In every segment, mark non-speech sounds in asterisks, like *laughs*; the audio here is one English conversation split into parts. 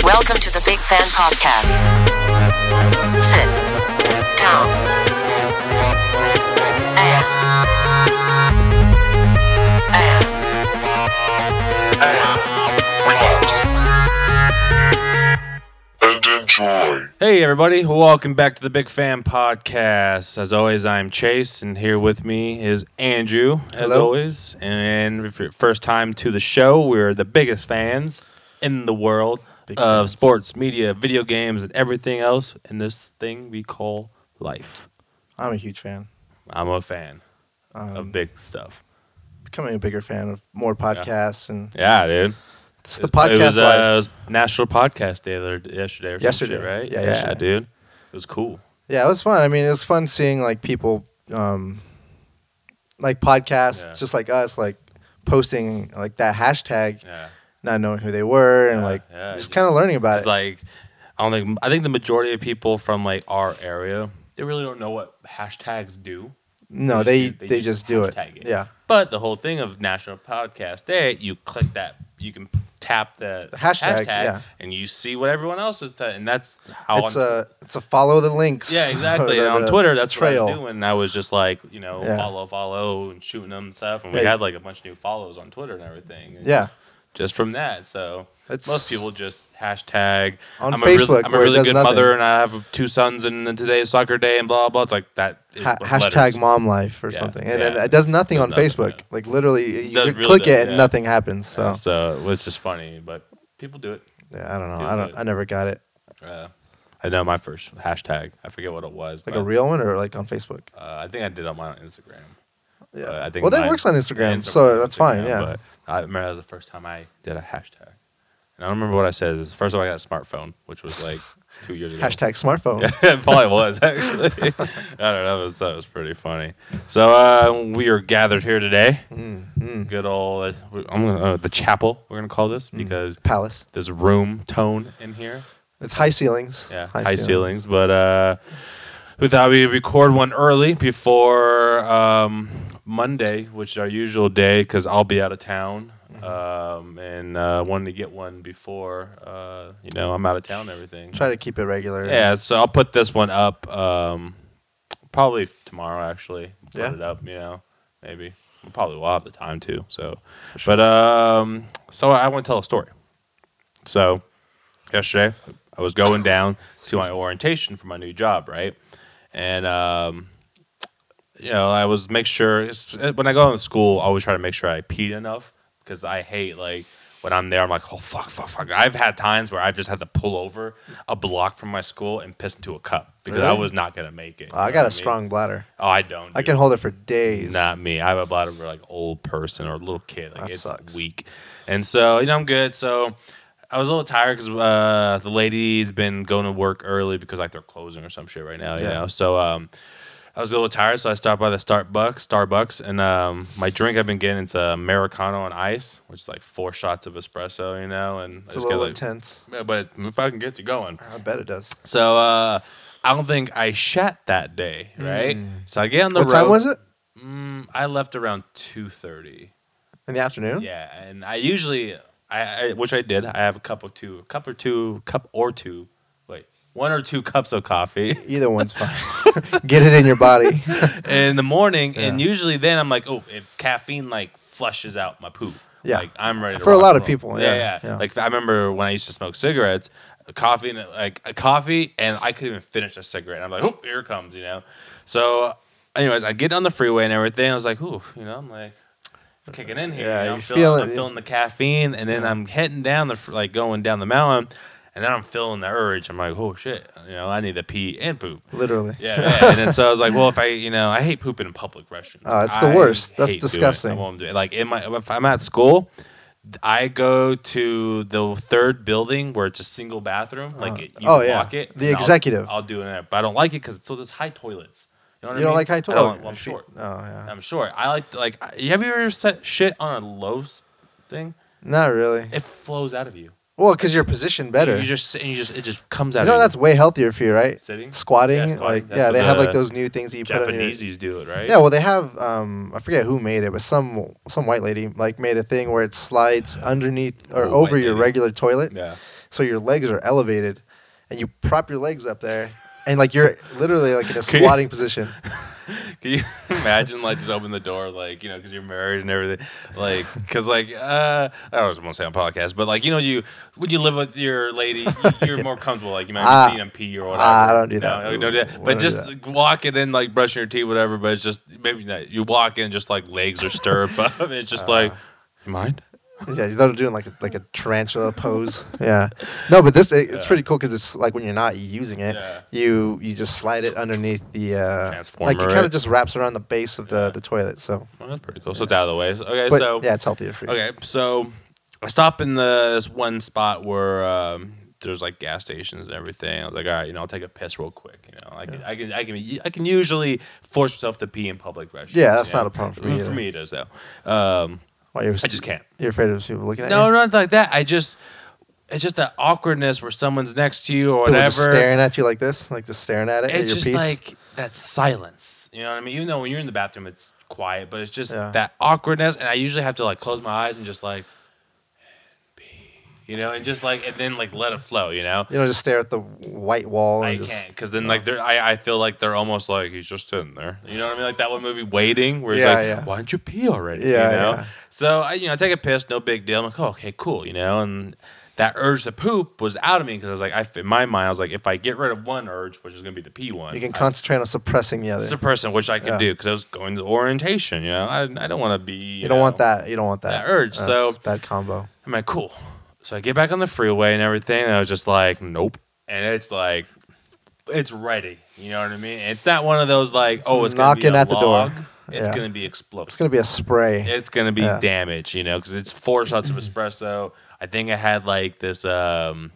the Big Fan Podcast. Sit down and, and relax, and enjoy. Hey, everybody. Welcome back to the Big Fan Podcast. As always, I'm Chase, and here with me is Andrew, as Hello. always. And if you're first time to the show, we're the biggest fans in the world of sports, media, video games, and everything else in this thing we call life. I'm a huge fan. I'm a fan Um, of big stuff. Becoming a bigger fan of more podcasts and Yeah, dude. it's the podcast it was, life. uh, it was National Podcast Day the other, yesterday or some Yesterday. shit, right? Yeah, yeah yesterday. dude. It was cool. yeah, it was fun. I mean, it was fun seeing like people, um, like podcasts, Yeah. just like us, like posting like that hashtag, Yeah. not knowing who they were and Yeah, like yeah, just just- kind of learning about It's it. like I don't think I think the majority of people from like our area they really don't know what hashtags do. no, they they just- they, they just just, do it. hashtag it. Yeah, But the whole thing of National Podcast Day, you click that, you can tap the, The hashtag, yeah. and you see what everyone else is, t- and that's how it's *laughs* on- a it's a follow the links. yeah, exactly. *laughs* The- and on the Twitter, that's trail. what I was doing. I was just like, you know, Yeah. follow, follow, and shooting them and stuff. And we Yeah. had like a bunch of new follows on Twitter and everything. And Yeah, just from that. So It's- most people just hashtag On a really- Facebook, I'm a where it really does good nothing. mother, and I have two sons, and today's soccer day, and blah blah. It's like that. Is ha- with hashtag letters. mom life or Yeah, something, and yeah. then it does nothing Does on nothing, Facebook. yeah. Like literally, you Does- could really click does, it and yeah. nothing happens. So Yeah, So it was just funny, but people do it. yeah, I don't know. Dude, I don't. but- I never got it. Uh, I know my first hashtag. I forget what it was. Like but, a real one or like on Facebook? Uh, I think I did on my Instagram. Yeah. Uh, I think well, that mine- works on Instagram, Instagram- so that's fine. Instagram, Yeah. But I remember that was the first time I did a hashtag. And I don't remember what I said. It was the first time I got a smartphone, which was like two years *laughs* ago. Hashtag smartphone. Yeah, *laughs* it probably was actually. *laughs* I don't know. That was, that was pretty funny. So uh, we are gathered here today. Good old. Uh, I'm gonna, uh, the chapel. We're gonna call this because Palace. there's room tone in here. It's high ceilings. Yeah, high, ceilings. But uh, we thought we'd record one early before um, Monday, which is our usual day, because I'll be out of town. Um, and uh, wanted to get one before uh, you know I'm out of town. and Everything. Try to keep it regular. Yeah, so I'll put this one up um, probably f- tomorrow. Actually, put Yeah. it up. You know, maybe we probably will have the time to. So, but um, so I want to tell a story. So, yesterday I was going down to my orientation for my new job, right? And um, you know, I was make sure it's- when I go to school, I always try to make sure I pee enough because I hate like when I'm there, I'm like, oh fuck, fuck, fuck. I've had times where I've just had to pull over a block from my school and piss into a cup because I Really? was not gonna make it. Oh, I You know got what a strong mean? bladder. Oh, I don't. I dude. can hold it for days. Not me. I have a bladder for like old person or little kid. Like That it's sucks. weak. And so you know I'm good. So I was a little tired because uh, the lady's been going to work early because like they're closing or some shit right now. You Yeah. know. So um, I was a little tired, so I stopped by the Starbucks. Starbucks, and um, my drink I've been getting it's a americano on ice, which is like four shots of espresso. You know, and It's a little like, intense. Yeah, but if I can get you going. I bet it does. So uh, I don't think I shat that day, right? So I get on the Mm. what road. time was it? Mm, I left around two thirty. In the afternoon? Yeah, and I usually, I, I which I did. I have a cup of two, cup or two, cup or two, wait, one or two cups of coffee *laughs* Either one's fine. Get it in your body. *laughs* in the morning, and Yeah. usually then I'm like, oh, if caffeine like flushes out my poop, Yeah. like I'm ready to For a rock lot and of roll. people, yeah, yeah, yeah, yeah. Like I remember when I used to smoke cigarettes, a coffee, and like a coffee, and I couldn't even finish a cigarette. I'm like, oh, here it comes, you know. So, anyways, I get on the freeway and everything. I was like, ooh, you know, I'm like. It's kicking in here. Yeah, you know, you I'm, feel feeling, it. I'm feeling the caffeine, and then I'm heading down the fr- like going down the mountain, and then I'm feeling the urge. I'm like, oh shit, you know, I need to pee and poop. Literally. Yeah, yeah. and then so I was like, well, if I, you know, I hate pooping in public restrooms. Oh, it's the I worst. That's hate doing it. disgusting. I won't do it. Like in my, if I'm at school, I go to the third building where it's a single bathroom. Like it, you oh, can yeah. walk it. The and I'll- executive. I'll, do it, in there. but I don't like it because so there's high toilets. You, know what I You don't mean? like high I don't, toilet? well, I'm short. Oh, yeah. I'm short. I like like. I- Have you ever set shit on a low s- thing? Not really. It flows out of you. Well, because you're positioned better. You just sit and you just it just comes out. You know of that's way healthier for you, right? Sitting? squatting, Yeah, squatting. like That's yeah, what they have like the those new things that you put on your. Japanese's do it right. Yeah, well, they have. Um, I forget who made it, but some *sighs* some white lady like made a thing where it slides underneath or Ooh, over white your lady. regular toilet. Yeah. so your legs are elevated, and you prop your legs up there, and like you're literally like in *laughs* a Can you- squatting position. Can you *laughs* imagine like just open the door like you know because you're married and everything like because like uh I was gonna say on podcast but like you know you when you live with your lady you- you're more comfortable like you might Ah. have seen him pee or whatever Ah, I don't do No, that. no, don't do Ooh, that I but don't do just that. like, walking in like brushing your teeth whatever but it's just maybe not you walk in just like legs are stirred *laughs* up it's just Uh, like you mind Yeah, he's not doing like a, like a tarantula pose. Yeah, no, but this it, it's pretty cool because it's like when you're not using it, Yeah. you you just slide it underneath the uh, Transformer like it kind it. of just wraps around the base of the, the toilet. So, well, that's pretty cool so it's out of the way So- okay but so yeah, it's healthier for you. Okay, so I stopped in the this one spot where um, there's like gas stations and everything. I was like, all right, you know, I'll take a piss real quick. You know, I can, I can, I can, I can usually force myself to pee in public restrooms. Yeah, that's you not know? a problem for I mean, me For either. me, it is though. Um, Why, you're, I just can't. You're afraid of people looking at No, you. not like that. I just, it's just that awkwardness where someone's next to you or People whatever. just staring at you like this, like just staring at it at it's your just piece. like that silence. You know what I mean? Even though when you're in the bathroom, it's quiet, but it's just Yeah. that awkwardness. And I usually have to like close my eyes and just like, you know, and just like, and then like let it flow. You know, you know, just stare at the white wall and I just can't because then like they're, I, I feel like they're almost like he's just sitting there. You know what I mean? Like that one movie Waiting, where he's Yeah, like, yeah. why don't you pee already? Yeah, you know. yeah. So I you know I take a piss, no big deal. I'm like, oh, okay, cool. You know, and that urge to poop was out of me because I was like, I in my mind I was like, if I get rid of one urge, which is gonna be the pee one, you can I- concentrate on suppressing the other. it's a person, which I could Yeah. do because I was going to orientation. You know, I, I don't want to be. You, you don't want know, that. You don't want that, that urge, That's so- that combo. I'm like, cool. So I get back on the freeway and everything, and I was just like, nope. And it's like, it's ready. You know what I mean? It's not one of those like, oh, it's gonna be knocking a at the door. log. It's Yeah. gonna be It's explosive. gonna be a spray. It's gonna be Yeah. damage. You know, because it's four shots *clears throat* of espresso. I think I had like this. um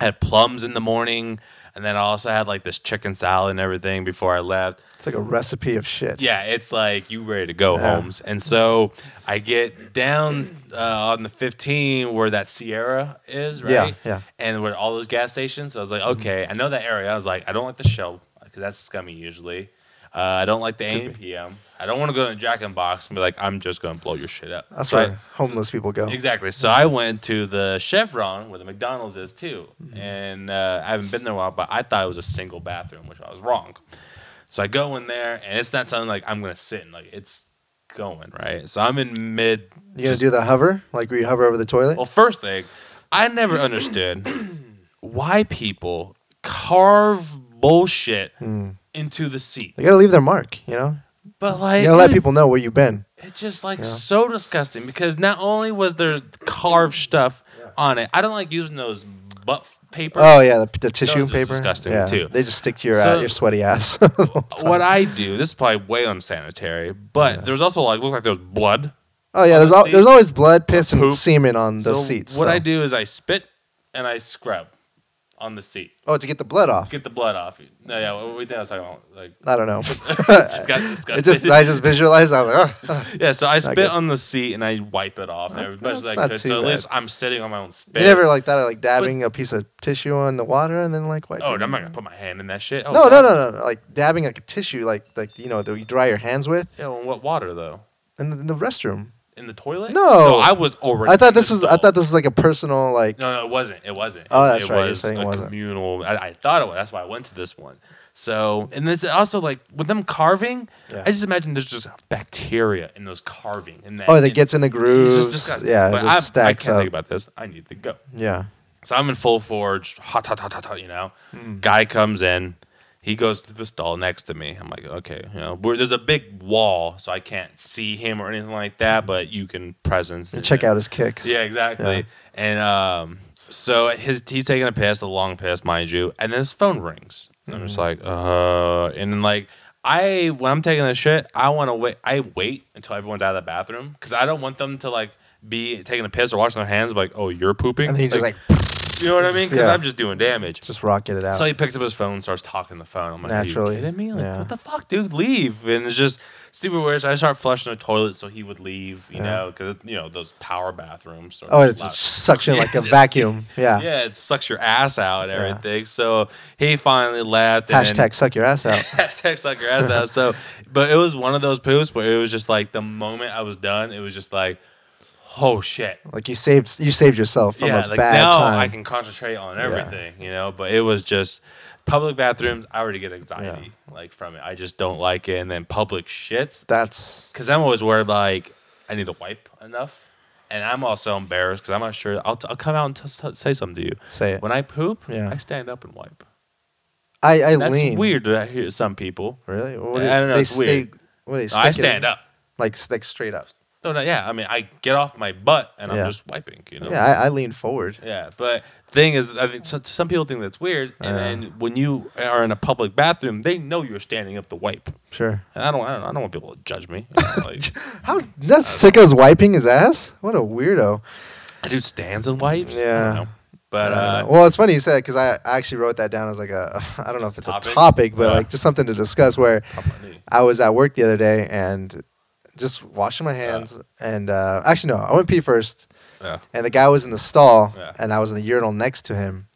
I had plums in the morning, and then I also had like this chicken salad and everything before I left. It's like a recipe of shit. Yeah, it's like you ready to go, Yeah. Holmes. And so I get down uh, on the 15 where that Sierra is, right? Yeah, yeah. Mm-hmm. And where all those gas stations. So I was like, okay, I know that area. I was like, I don't like the Shell because that's scummy usually. Uh, I don't like the AMPM. I don't want to go to the Jack in the Box and be like, I'm just gonna blow your shit up. That's So I- where homeless people go. Exactly. So I went to the Chevron where the McDonald's is too, Mm-hmm. and uh, I haven't been there in a while, but I thought it was a single bathroom, which I was wrong. So I go in there, and it's not something like I'm gonna sit in. Like it's going right. So I'm in mid. You gonna do the hover? Like where you hover over the toilet? Well, first thing, I never *clears throat* understood why people carve bullshit into the seat. Hmm. They gotta leave their mark, you know? But like, You gotta let what is- people know where you've been. It's just like so disgusting because not only was there carved stuff on it, I don't like using those butt f- paper. Oh yeah, the, the tissue Those are paper. disgusting, yeah. too. They just stick to your So- uh, your sweaty ass. *laughs* the whole time. what I do, this is probably way unsanitary, but there was also like looked like there was blood. oh yeah, there's the al- seat. there's always blood, piss, and Poop. semen on So those seats. what so- I do is I spit and I scrub on the seat, Oh, to get the blood off. get the blood off. No, yeah, what we think I was talking about like. *laughs* *laughs* I don't know. just got disgusted. it just I just visualized. I was like, oh. *laughs* *laughs* yeah, so I spit good. on the seat and I wipe it off. Everybody's that's like, not good. too so at bad. least I'm sitting on my own spit. you never like that, like dabbing a piece of tissue on the water and then like wiping. oh, I'm not gonna put my hand in that shit. Oh, no, no, God. no, no, no, Like dabbing like a tissue, like like you know that you dry your hands with Yeah, well, what water though? in the, in the restroom. In the toilet? No. I was already. I thought this was I adult. thought this was like a personal like. No, no, it wasn't. It wasn't. Oh, It- that's it right. You're Was saying it a wasn't. communal. I, I thought it was. That's why I went to this one. So, and it's also like with them carving. Yeah. I just imagine there's just bacteria in those carving. And that, Oh, that and gets in the grooves. It's just disgusting. Yeah, but it just I, stacks I can't up. think about this. I need to go. yeah. So I'm in full forge, hot, hot, hot, hot, hot, you know. Hmm. Guy comes in. He goes to the stall next to me. I'm like, okay, you know, we're, there's a big wall, so I can't see him or anything like that, but you can presence. You and- check out his kicks. Yeah, exactly. Yeah. And um, so his he's taking a piss, a long piss, mind you, and then his phone rings. And Mm. I'm just like, uh, and then like I when I'm taking a shit, I want to wait. I wait until everyone's out of the bathroom because I don't want them to like be taking a piss or washing their hands. Like, oh, you're pooping. And then you just like, you know what I mean? Because Yeah. I'm just doing damage. just rocket it out. So he picks up his phone, and starts talking on the phone. I'm like, Naturally. Naturally. are you kidding me? Like, Yeah. what the fuck, dude? Leave. And it's just stupid weird. So I start flushing the toilet so he would leave, you Yeah. know, because, you know, those power bathrooms. are oh, it's loud. *laughs* suction Yeah, like a it's- vacuum. Yeah. Yeah, it sucks your ass out and Yeah. everything. So he finally left. Hashtag And suck your ass *laughs* out. hashtag suck your ass out. So, but it was one of those poops where it was just like the moment I was done, it was just like, oh shit. Like you saved you saved yourself from yeah, a like bad now time. I can concentrate on everything, you know. But it was just public bathrooms. I already get anxiety like from it. I just don't like it. And then public shits That's because I'm always worried like I need to wipe enough, and I'm also embarrassed because I'm not sure. I'll, t- I'll come out and t- t- say something to you. Say it. When I poop, Yeah. I stand up and wipe. I I That's lean. weird that I hear some people. Really? What I do- don't know, They it's weird. stay- what do they I stick it in? stand up. Like stick straight up. No, no, yeah. I mean, I get off my butt and Yeah. I'm just wiping. You know. Yeah, I, I lean forward. Yeah, but thing is, I think so, some people think that's weird, and then when you are in a public bathroom, they know you're standing up to wipe, Sure. and I don't, I don't, I don't want people to judge me. you know, like, *laughs* How that sicko's wiping his ass? What a weirdo. that dude stands and wipes. I don't Yeah. know. but I don't uh, know. well, it's funny you said because I, I actually wrote that down as like a *laughs* I don't know if it's Topic? a topic, but Yeah. like just something to discuss. Where on my knee. I was at work the other day and just washing my hands, and uh, actually no, I went pee first, yeah, and the guy was in the stall, Yeah. and I was in the urinal next to him,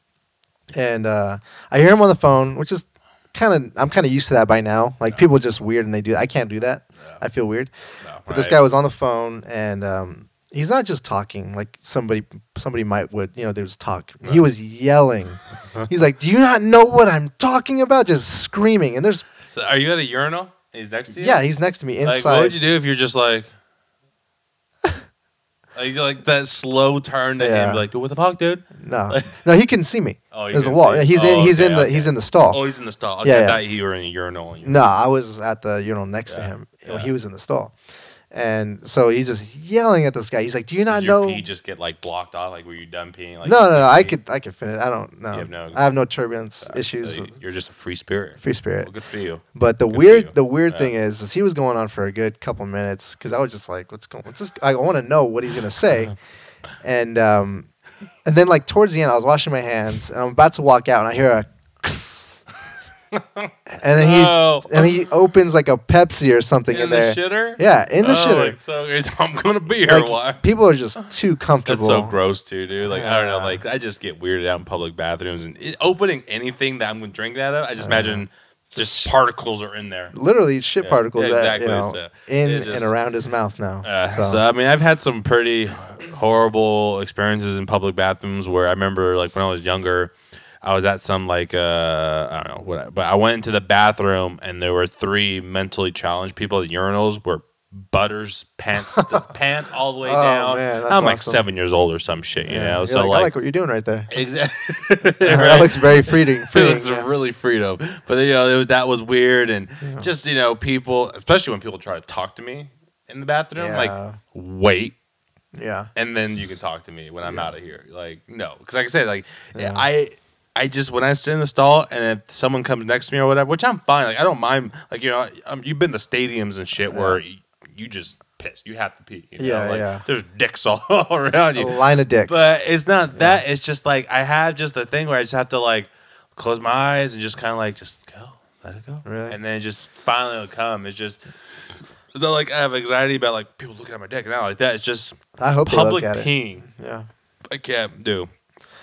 and uh, I hear him on the phone, which is kind of I'm kind of used to that by now. Like people just weird and they do. I can't do that. Yeah. I feel weird. no, But this right. guy was on the phone, and um, he's not just talking like somebody somebody might would you know there's talk. He was yelling. *laughs* he's like, "Do you not know what I'm talking about?" Just screaming. And there's So are you at a urinal? He's next to you. yeah, he's next to me Like, inside. what would you do if you're just like, like, like that slow turn to Yeah. him, like, what the fuck, dude? *laughs* no, no, he couldn't see me. Oh, you there's a couldn't wall. see? Yeah, He's Oh, in. He's okay, in the. okay. He's in the stall. Oh, he's in the stall. Okay, Yeah, I yeah. thought you were in a urinal. and you- No, I was at the urinal next to Yeah, him. yeah. He was in the stall. And so he's just yelling at this guy. He's like, "Do you not Did your know?" pee just get like blocked off? Like, were you done peeing? Like, no, no, you no. I pee? could, I could finish. I don't know. have no- Ah, I have no turbulence So issues, you- you're just a free spirit. free spirit. Well, good for you. But the Good for you. weird, the weird Yeah. thing is, is he was going on for a good couple minutes because I was just like, "What's going? What's this? I want to know what he's gonna say." *laughs* and um, and then like towards the end, I was washing my hands and I'm about to walk out and I hear a, *laughs* and then he Oh. and he opens like a Pepsi or something in, In the there. shitter? Yeah, in the oh, shitter. like, so guys, *laughs* I'm gonna be here a while. Like, people *laughs* are just too That's comfortable. so gross too, dude. Like I don't know. Yeah. Like I just get weirded out in public bathrooms and it, opening anything that I'm gonna drink that of. I just imagine just particles are in there. Literally shit Yeah, particles yeah, that, you exactly, so know, in it just- and around his mouth now. Uh, so. I mean, I've had some pretty horrible experiences in public bathrooms where I remember, like when I was younger, I was at some like uh, I don't know what, but I went into the bathroom and there were three mentally challenged people at urinals were butters *laughs* pants pants all the way Oh, down. man, that's I'm like awesome. seven years old or some shit, you Yeah. know. You're so I like, like what you're doing *laughs* right there. exactly. *laughs* That looks very *laughs* freeing. It freeing was yeah. really freedom, but you know it was that was weird, and just you know people, especially when people try to talk to me in the bathroom, Yeah. like wait, yeah. and then you can talk to me when I'm out of here. Like no, because like I said, like I, I just when I sit in the stall and if someone comes next to me or whatever, which I'm fine. Like I don't mind. Like you know, um, you've been to stadiums and shit where you, you just piss. You have to pee. You know? Yeah, like, yeah. There's dicks *laughs* all, around A you. line of dicks. But it's not that. It's just like I have just the thing where I just have to like close my eyes and just kind of like just go, let it go, Really? and then just finally it'll come. It's just. It's not like I have anxiety about like people looking at my dick and out like that. It's just I hope public they look at peeing. it. Yeah. I can't do.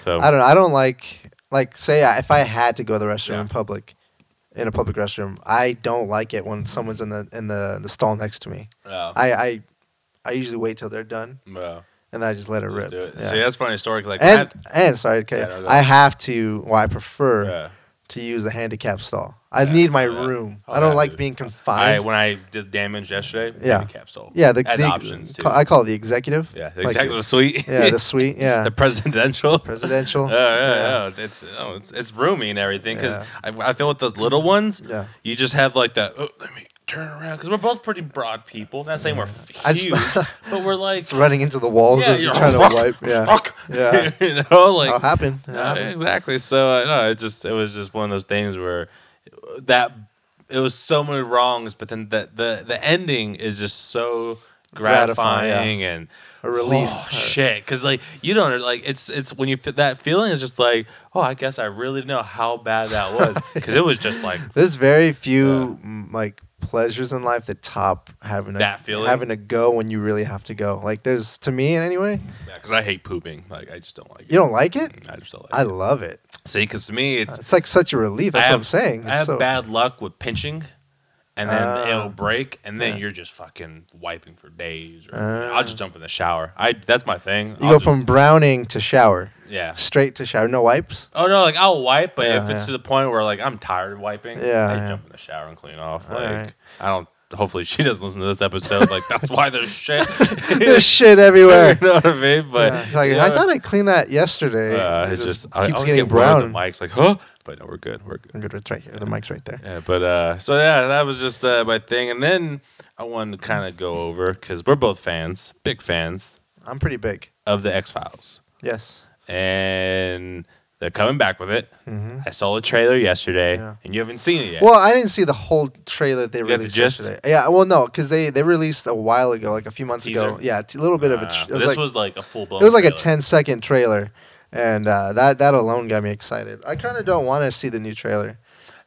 So I don't know. I don't like like say I, if I had to go to the restroom Yeah. in public, in a public restroom, I don't like it when someone's in the in the the stall next to me. Yeah. I I, I usually wait till they're done Yeah. and then I just let it Just rip. do it. Yeah. See, that's a funny story. 'cause, Like, when I and had- and sorry, okay, Yeah, no, go I ahead. have to. Well, I prefer yeah. to use the handicap stall. I need my yeah. room. Oh, I don't yeah, like dude. being I, confined. when I did damage yesterday, Yeah. handicap stall. yeah, the, As the- options too. ca- I call it the executive. yeah, the Like, executive suite. *laughs* yeah, the suite. Yeah, the presidential. presidential. *laughs* Yeah, yeah, yeah. It's, oh, it's it's roomy and everything because Yeah. I, I feel with those little ones, Yeah. you just have like that. Oh, let me turn around because we're both pretty broad people. Not saying we're f- *laughs* I just- huge, but we're like *laughs* It's running into the walls as you're you're trying to rock, wipe. Yeah, rock. *laughs* Yeah. you know, like it'll happen. It'll Yeah, happen. exactly. So uh, no, it just it was just one of those things where that it was so many wrongs, but then the the, the ending is just so Gratifying, gratifying, yeah. and A relief. Oh shit! Because like you don't like it's it's when you fit that feeling is just like oh I guess I really know how bad that *laughs* was because it was just like There's very few m like pleasures in life that top having a, That feeling? having to go when you really have to go. Like there's to me in anyway. because I hate pooping like I just don't like it. You don't like it? I just don't like I it. love it. See, because to me it's It's like such a relief. That's I what have- I'm saying. I It's have so- bad luck with pinching and then Ah. it'll break, and then you're just fucking wiping for days. Or I'll just jump in the shower. I that's my thing. Ah. You I'll go just- from browning to shower, yeah. straight to shower. *laughs* No wipes. Oh no, like I'll wipe, but Yeah, if it's yeah. to the point where like I'm tired of wiping, Yeah, I yeah. jump in the shower and clean off. All Like right. I don't. Hopefully she doesn't listen to this episode. Like that's why there's shit. *laughs* There's *laughs* shit you everywhere. know what I mean? But *laughs* Yeah, it's like, yeah, I thought I cleaned that yesterday. uh, It it's just, I, I keeps always getting get brown. The brown. mic's like, huh? But no, we're good. We're good. I'm good. It's right here. The mic's right there. Yeah, but uh, so yeah, that was just uh, my thing, and then I wanted to kind of go over because we're both fans, big fans I'm pretty big. of the X Files, Yes. and they're coming back with it. Mhm. I saw the trailer yesterday, Yeah. and you haven't seen it yet. Well, I didn't see the whole trailer they got the released gist? yesterday. Yeah, well, no, because they, they released a while ago, like a few months ago. Teaser? Yeah, a little bit of a. Uh, Tr- it but was this like, was like a full blown. it was like a 10 second trailer, and uh, that that alone got me excited. I kind of don't want to see the new trailer.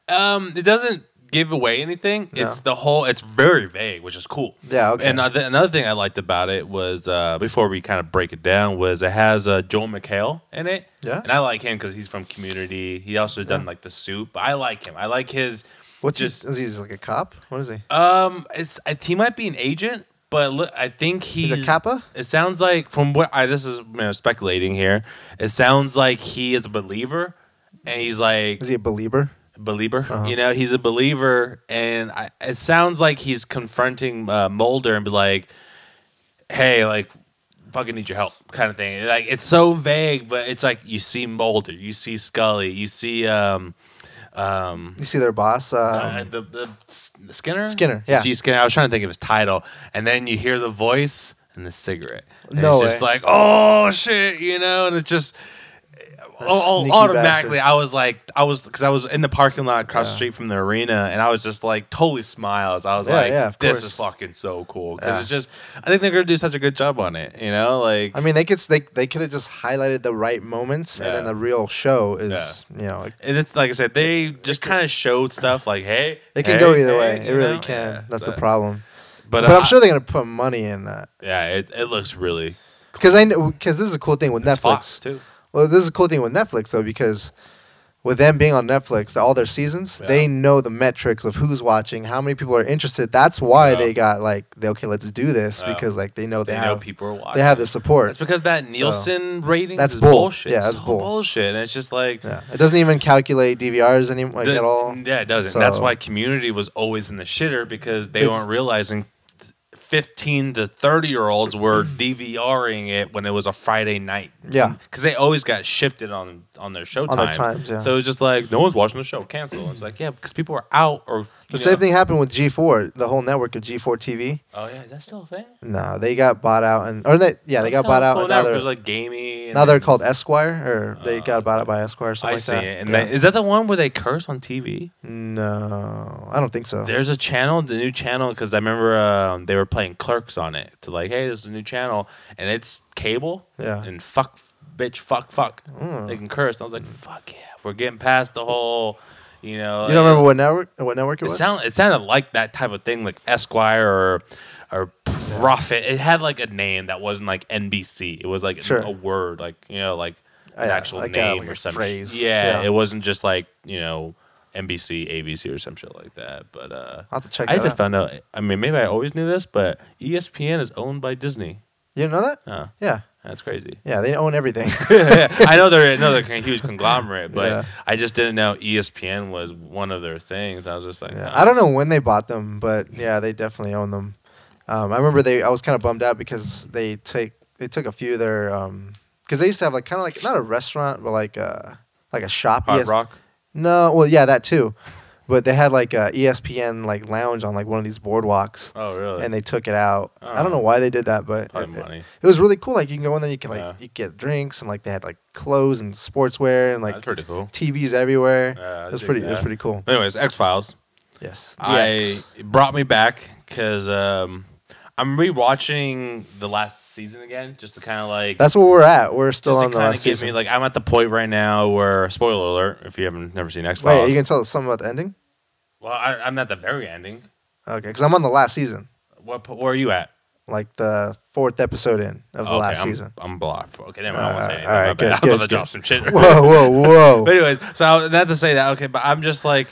Um, it doesn't give away anything. No. It's the whole. It's very vague, which is cool. Yeah, okay. And uh, th- another thing I liked about it was uh, before we kind of break it down was it has uh, Joel McHale in it. Yeah. And I like him because he's from Community. He also done like the Soup. I like him. I like his. What's just? just he, is he like a cop? What is he? um, it's I, he might be an agent, but look, I think he's, He's, a kappa. It sounds like from what I this is you know, speculating here. It sounds like he is a believer, and he's like Is he a believer? believer. Uh-huh. You know, he's a believer, and I, it sounds like he's confronting uh, Mulder and be like, "Hey, like, fucking need your help," kind of thing. Like, it's so vague, but it's like you see Mulder, you see Scully, you see um, um, You see their boss? Um, uh, the, the S- Skinner, Skinner, You yeah. see Skinner. I was trying to think of his title, and then you hear the voice and the cigarette. And No it's just way. like, oh shit, you know, and it's just oh, sneaky automatically bastard. I was like I was because I was in the parking lot across the Yeah. street from the arena and I was just like totally smiles. I was Yeah, like, yeah, of this course. is fucking so cool because Yeah. it's just I think they're gonna do such a good job on it. You know, like I mean, they could s- they they could have just highlighted the right moments, and then Yeah. the real show is you know like, and it's like I said, they just kind of showed stuff like, hey, it can hey, go either hey, way. It you really know? can. Yeah, That's so- the problem. But, But, uh, I'm sure they're gonna put money in that yeah, it, it looks really because I because this is a cool thing with it's Netflix. Fox too. Well, this is a cool thing with Netflix though because with them being on Netflix, all their seasons, Yeah. they know the metrics of who's watching, how many people are interested. That's why Yeah. they got like they, okay, let's do this Yeah. because like they know they, They know have people are watching. they have the support. That's because that Nielsen rating That's is bull. bullshit. Yeah, that's so bull. bullshit. And it's just like yeah, it doesn't even calculate DVRs anymore like, the- at all. Yeah, it doesn't. That's So- why community was always in the shitter because they It's- weren't realizing th- 15 to 30 year olds *clears throat* were DVRing it when it was a Friday night. Yeah. Because they always got shifted on on their show On time. their times, yeah. So it was just like, no one's watching the show, cancel. It's like, yeah, because people were out or. The you same know. thing happened with G4, the whole network of G4 TV. Oh, yeah, is that still a thing? No, they got bought out, and or they yeah they got That's bought how out, the and whole now network they're was, like gamey. and now they're then- called Esquire, or they got bought out by Esquire. Or I something like see that. it. And Yeah. that, is that the one where they curse on TV? no, I don't think so. There's a channel, the new channel, because I remember um, they were playing Clerks on it to like, hey, there's a new channel, and it's cable, Yeah. Mm. and fuck, bitch, fuck, fuck, they can curse. And I was like, fuck yeah, we're getting past the whole, you know, you don't remember what network what network it It was? sound, it sounded like that type of thing, like Esquire or or Prophet. It had like a name that wasn't like NBC. It was like Sure. a word, like you know, like Oh, an yeah, actual like a- name like or a some phrase. Shit. Yeah, Yeah. it wasn't just like you know NBC, ABC, or some shit like that. But uh, I'll have to check I that just out. found out. I mean, maybe I always knew this, but E ESPN is owned by Disney. you didn't know that? Huh, Yeah, that's crazy. yeah, they *laughs* own everything. *laughs* I know they're another huge conglomerate, but Yeah. I just didn't know E ESPN was one of their things. I was just like, Yeah, huh. I don't know when they bought them, but yeah, they definitely own them. Um, I remember they. I was kind of bummed out because they take they took a few of their because they used to have like kind of like not a restaurant but like a like a shop. Hard yes. Rock. No, well, yeah, that too, but they had like a E ESPN like lounge on like one of these boardwalks, Oh, really? and they took it out. I Oh. don't know why they did that, but Probably it, money. it was really cool. Like you can go in there, you can like Yeah. you get drinks, and like they had like clothes and sportswear and like that's pretty cool. TVs everywhere. Yeah, I it was dig pretty. It was that. pretty cool. Anyways, X Files. Yes. I DX. it brought me back because um, I'm rewatching the last season again, just to kind of like That's where we're at. We're just still on to the kind last of give season. me like I'm at the point right now where spoiler alert if you haven't never seen X Wait, are Files. you can tell us something about the ending? well, I, I'm at the very ending. Okay, because I'm on the last season, What po- where are you at? like the fourth episode in of the Okay, last I'm, *laughs* season. I'm blocked. Okay, never mind. I won't say Uh, anything. all right, My bad. *laughs* good, I'm good, about to good. drop some shit. Whoa, whoa, whoa! But anyways, so I, not to say that, okay, but I'm just like,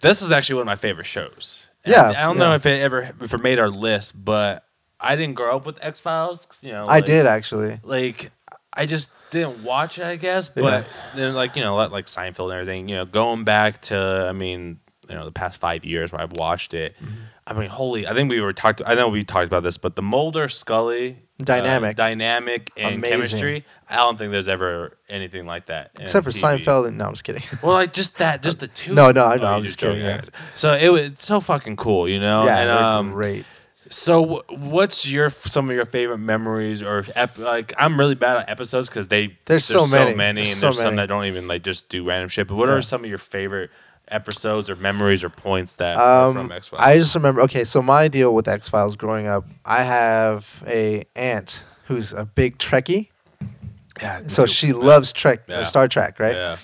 this is actually one of my favorite shows. Yeah, I, I don't yeah. know if it ever if it made our list, but I didn't grow up with X Files. You know, I like- did actually. Like I just didn't watch it, I guess. But Yeah. then, like you know, like, like Seinfeld and everything. You know, going back to I mean, you know, the past five years where I've watched it. Mm-hmm. I mean, holy! I think we were talked. I know we talked about this, but the Mulder Scully uh, Dynamic. dynamic, and Amazing. chemistry. I don't think there's ever anything like that. in Except for TV. Seinfeld and no, I'm just kidding. *laughs* Well, like just that, just the two. Oh, No, no, I know, you're I'm just kidding, joking. yeah. So it was it's so fucking cool, you know. yeah, and, they're um, great. so wh- what's your some of your favorite memories or ep- like? I'm really bad at episodes because they There's so many. and There's there's so some many. that don't even like just do random shit. But what Yeah. are some of your favorite episodes or memories or points that are Um, from X Files? I just remember. Okay, so my deal with X Files growing up, I have a aunt who's a big Trekkie, yeah, me so too. she loves Trek, Yeah. or Star Trek, right? Yeah.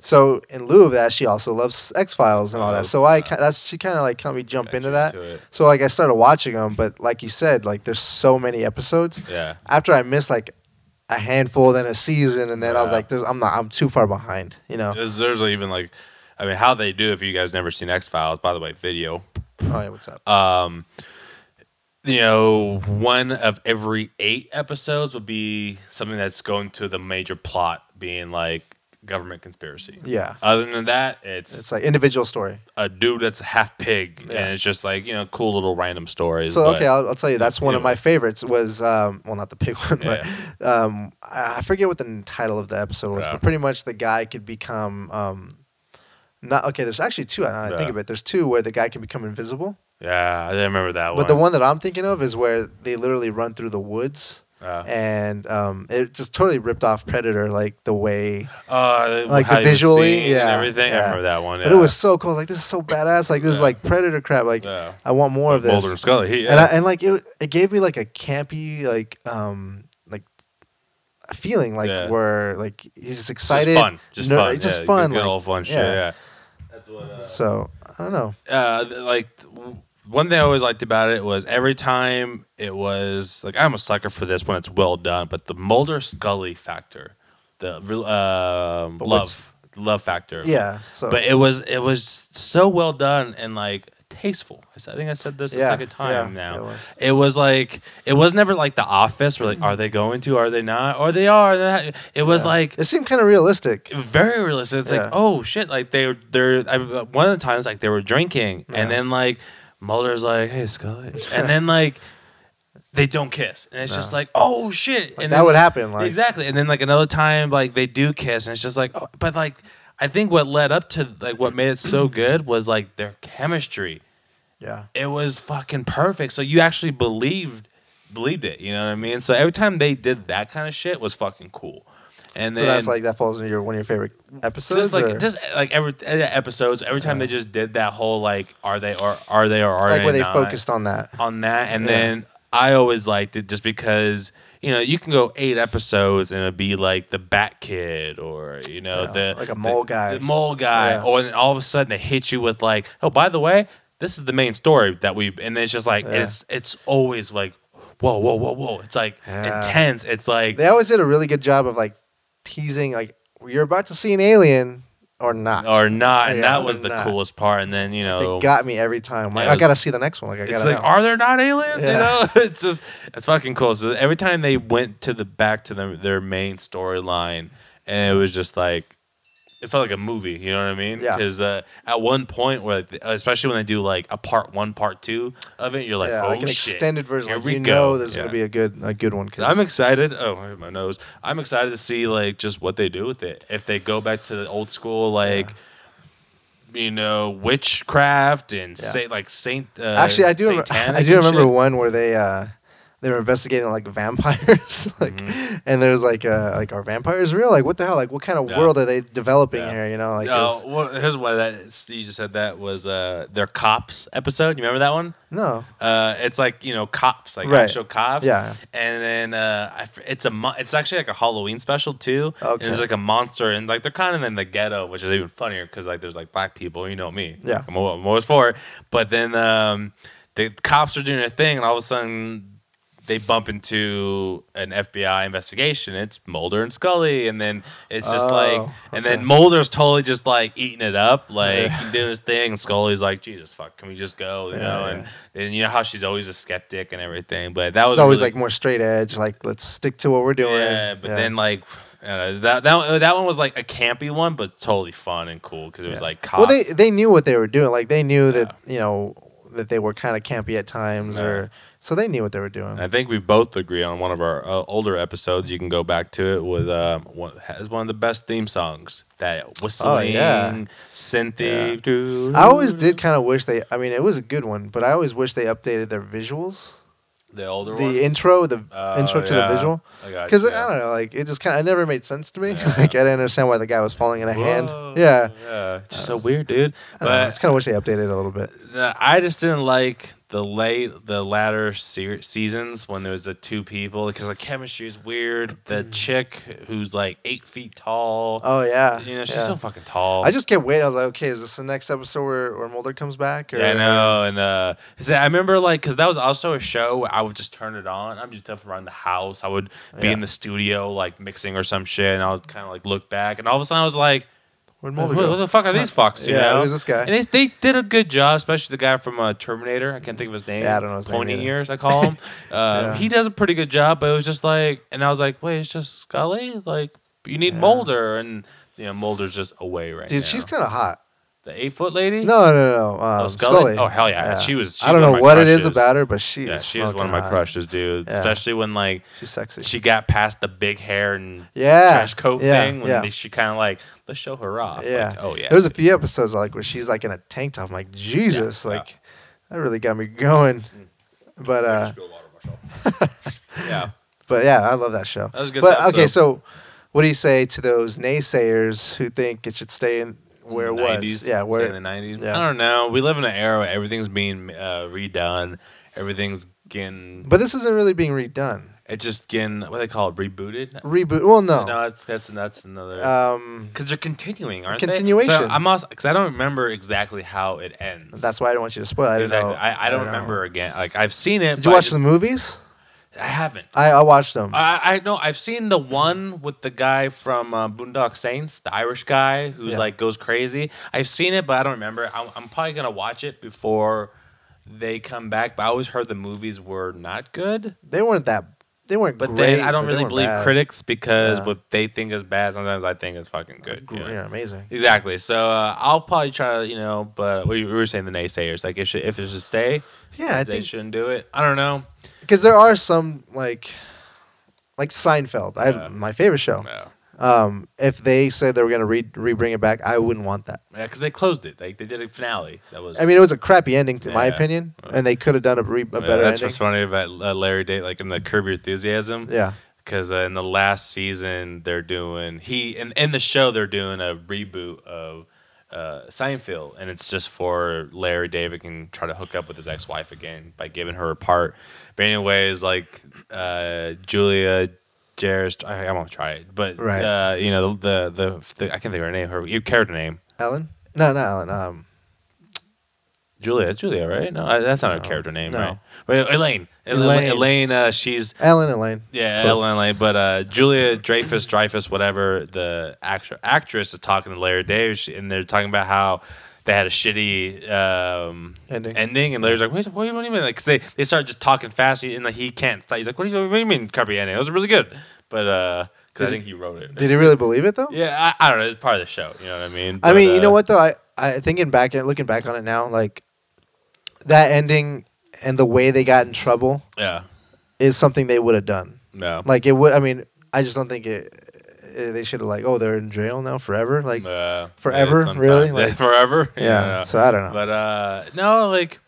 So in lieu of that, she also loves X Files and all Oh, that. So I snap. ki- that's she kind of like helped me jump Got into you that. into it. so like I started watching them, but like you said, like there's so many episodes. Yeah. After I missed like a handful, then a season, and then I was Yeah. like, there's, I'm not, I'm too far behind, you know. There's, there's even like, I mean, how they do if you guys never seen X Files? By the way, video Oh yeah, what's up? Uh, you know, one of every eight episodes would be something that's going to the major plot being like government conspiracy. yeah, Other than that, it's, it's like individual story. a dude that's half pig, Yeah. and it's just like you know, cool little random stories. So but- okay, I'll, I'll tell you. That's one of Yeah. my favorites. Was um, well, not the pig *laughs* one, but um, I I forget what the n- title of the episode was. Yeah. But pretty much, the guy could become um, not okay. There's actually two. Now that I think Yeah. of it, there's two where the guy can become invisible. yeah, I didn't remember that one. But the one that I'm thinking of is where they literally run through the woods. Yeah. And um, it just totally ripped off Predator, like the way, uh, like how the you visually, see it and yeah, everything. I yeah. remember that one. but it yeah. was so cool. I was like, this is so badass. Like this is Yeah. like Predator crap. Like Yeah. I want more of this. Mulder and Scully. He, and I, and like it, it gave me like a campy like um like a feeling like Yeah. where like he's just excited, fun, just ner- fun, it's just yeah, fun, good, good like, old fun shit. yeah. Yeah, that's what. Uh, So I don't know. uh, th- like th- w- one thing I always liked about it was every time it was like I'm a sucker for this when it's well done, but the Mulder Scully factor, the real um But love love factor. Yeah. So but it was it was so well done and like tasteful. I said- I think I said this the Yeah, second time yeah, now. it It was. was. like it was never like The Office. Where like are they going to? Are they not? Or they are? They're not. It was yeah. like it seemed kind of realistic. very realistic. It's Yeah. like, oh shit, like they were they're I, one of the times like they were drinking, and then like Mulder's like, hey Scully, and then like they don't kiss, and it's just like, oh shit, and that then- would happen, like- exactly, and then like another time like they do kiss, and it's just like, oh, but like I think what led up to like what made it *clears throat* so good was like their chemistry. Yeah. It was fucking perfect. So you actually believed believed it. You know what I mean? So every time they did that kind of shit was fucking cool. And So then that's like that falls into your one of your favorite episodes. just like or- just like every uh, episodes every time they just did that whole like are they or are they or are like they where they not focused on that. on that and Yeah. then I always liked it just because you know you can go eight episodes and it'd be like the Bat Kid or you know Yeah, the like a the- mole guy. the mole guy Yeah. or then all of a sudden they hit you with like oh by the way this is the main story that we and it's just like Yeah. it's it's always like whoa whoa whoa whoa it's like Yeah. intense it's like They always did a really good job of like teasing like you're about to see an alien or not. or not and Yeah, that was or the not. coolest part and then you know they got me every time. Yeah, Like it I was- gotta see the next one. Like I It's gotta. like, know. are there not aliens? Yeah. You know, *laughs* it's just it's fucking cool. So every time they went to the back to the, their main storyline, and it was just like it felt like a movie. You know what I mean? Yeah. Because uh, at one point, where like, especially when they do like a part one, part two of it, you're like, yeah, oh like an shit, extended version. Here Like, we you go. know there's Yeah. gonna be a good a good one. So I'm excited. Oh, I hit my nose. I'm excited to see like just what they do with it. If they go back to the old school, like you know, witchcraft and Yeah. say like Saint. Uh, Actually, I do. rem- satanic I do and remember *laughs* shit. one where they uh, they were investigating like vampires, *laughs* like, Mm-hmm. and there was like uh, like are vampires real? Like what the hell? Like what kind of Yeah. world are they developing Yeah. here? You know, like Oh, it's- well, here's one that it's- you just said that was uh, their cops episode. You remember that one? no, Uh, it's like you know cops, like Right. actual cops. Yeah. And then uh, I f it's a mo- it's actually like a Halloween special too. Okay. And it's like a monster, and like they're kind of in the ghetto, which is even funnier because like there's like black people. You know me. Yeah. I'm, al- I'm always for it. But then um, the cops are doing their thing, and all of a sudden they bump into an FBI investigation. It's Mulder and Scully, and then it's just Oh, like, and then okay. Mulder's totally just like eating it up, like Yeah. *laughs* doing his thing, and Scully's like, "Jesus fuck, can we just go?" You Yeah, know, and and you know how she's always a skeptic and everything, but that was It's a always really- like more straight edge. Like let's stick to what we're doing. yeah, but then like. Uh, that that that one was like a campy one, but totally fun and cool because it was Yeah. like cops. well, they they knew what they were doing. Like they knew that you know that they were kind of campy at times, Yeah. or so they knew what they were doing. And I think we both agree on one of our uh, older episodes. You can go back to it with um, one, has one of the best theme songs. That whistling, Oh, yeah. synthy. doo- I always did kind of wish they. I mean, it was a good one, but I always wish they updated their visuals. the older The ones? intro, the Oh, intro to yeah. the visual, I got because you. I don't know, like it just kind of it never made *laughs* sense to me. like I didn't understand why the guy was falling in a hand. Whoa, Yeah, yeah, just so weird, dude. I, don't know, I But just kind of wish they updated it a little bit. the, I just didn't like the late the latter se- seasons when there was the two people because the chemistry is weird. The chick who's like eight feet tall, Mm. Oh yeah, you know, she's yeah. so fucking tall. I just kept waiting. I was like, okay, is this the next episode where, where Mulder comes back? Or, Yeah, I know. And uh, 'cause I remember like, cause that was also a show where I would just turn it on. I'm just up around the house. I would be Yeah. in the studio like mixing or some shit, and I would kind of like look back, and all of a sudden I was like, Where'd "What, Mulder go? what the fuck are these fucks?" You yeah, know. who's this guy? And they, they did a good job, especially the guy from uh, Terminator. I can't think of his name. Yeah, I don't know his name Pointy either. ears, I call *laughs* him. Uh, Yeah. He does a pretty good job, but it was just like, and I was like, wait, it's just Scully. Like, you need Yeah. Mulder, and you know, Mulder's just away right Dude, now. she's kind of hot. the eight foot lady. No, no, no. Um, Oh, Scully? Scully? Oh, hell yeah. She was- she's I don't one of know my what it is crushes. about her, but she Yeah, is. she was one of fucking my hot. crushes, dude. Yeah. Especially when like She's sexy. she got past the big hair and yeah, trash coat yeah, thing. When yeah, they- she kind of like let's show her off. Like, yeah. oh yeah. There was a few episodes like where she's like in a tank top. I'm like, Jesus, yeah. Mm. like that really got me going. But I uh, just spilled water on *laughs* myself. yeah. but yeah, I love that show. That was a good But episode. okay, so what do you say to those naysayers who think it should stay in where it In the was? 90s, Yeah, say where in the nineties. yeah. I don't know. We live in an era where everything's being uh, redone. Everything's getting, But this isn't really being redone. it's just getting what do they call it rebooted. Reboot. Well, No, no. that's that's that's another. Um, because they're continuing, aren't Continuation. they? So I'm also because I don't remember exactly how it ends. that's why I don't want you to spoil. it. I don't exactly. know. I, I don't know. remember again. Like I've seen it. Did but you I watch just- the movies? I haven't. I, I watched them. I I know I've seen the one with the guy from uh, Boondock Saints, the Irish guy who's Yeah. like goes crazy. I've seen it, but I don't remember. I'm, I'm probably gonna watch it before they come back. But I always heard the movies were not good. they weren't that. They weren't But great. then I don't but they really weren't believe bad. critics because Yeah. what they think is bad sometimes I think is fucking good. Gr- you know? Yeah, amazing. Exactly. So uh, I'll probably try to, you know, but we, we were saying the naysayers. Like, it should, if it should stay, Yeah, I they think shouldn't do it. I don't know. because there are some like, like Seinfeld. I Yeah. my favorite show. Yeah. Um, if they said they were gonna re re bring it back, I wouldn't want that. Yeah, because they closed it. Like they did a finale. That was. I mean, it was a crappy ending, to my Yeah. opinion, and they could have done a, re- a uh, better That's ending. what's funny about uh, Larry Date, like in the Curb Your Enthusiasm. Yeah, Because uh, in the last season, they're doing he and in the show they're doing a reboot of uh, Seinfeld, and it's just for Larry David can try to hook up with his ex-wife again by giving her a part. But anyways, like uh, Julia. Jarrett, I, I won't try it, but Right. uh, you know the, the the the I can't think of her name, her your character name, Ellen. No, not Ellen. Um, Julia, it's Julia, right? No, I- that's not her No. character name, No. right? But Elaine, Elaine, Elaine. Elaine uh, she's Ellen Elaine. yeah, Close. Ellen, Elaine. But uh, Julia Dreyfus, Dreyfus, whatever the actor actress is talking to Larry David, she- and they're talking about how they had a shitty um, Ending. and Larry's like, "Wait, what do you what do you mean?" Like, 'cause they they start just talking fast, and like, he can't stop. He's like, "What do you, what do you mean, copy ending? It was really good." But uh, because I Did think he wrote it. Did he really believe it though? yeah, I, I don't know. It's part of the show. You know what I mean? I But, mean, you know uh, what though? I, I thinking back and looking back on it now, like that ending and the way they got in trouble Yeah. is something they would have done. No. Like it would. I mean, I just don't think it. it- they should have like, oh, they're in jail now forever. Like, Uh, yeah, forever, sometime. really? Yeah, *laughs* Like- forever. yeah. So I don't know. But uh, no, like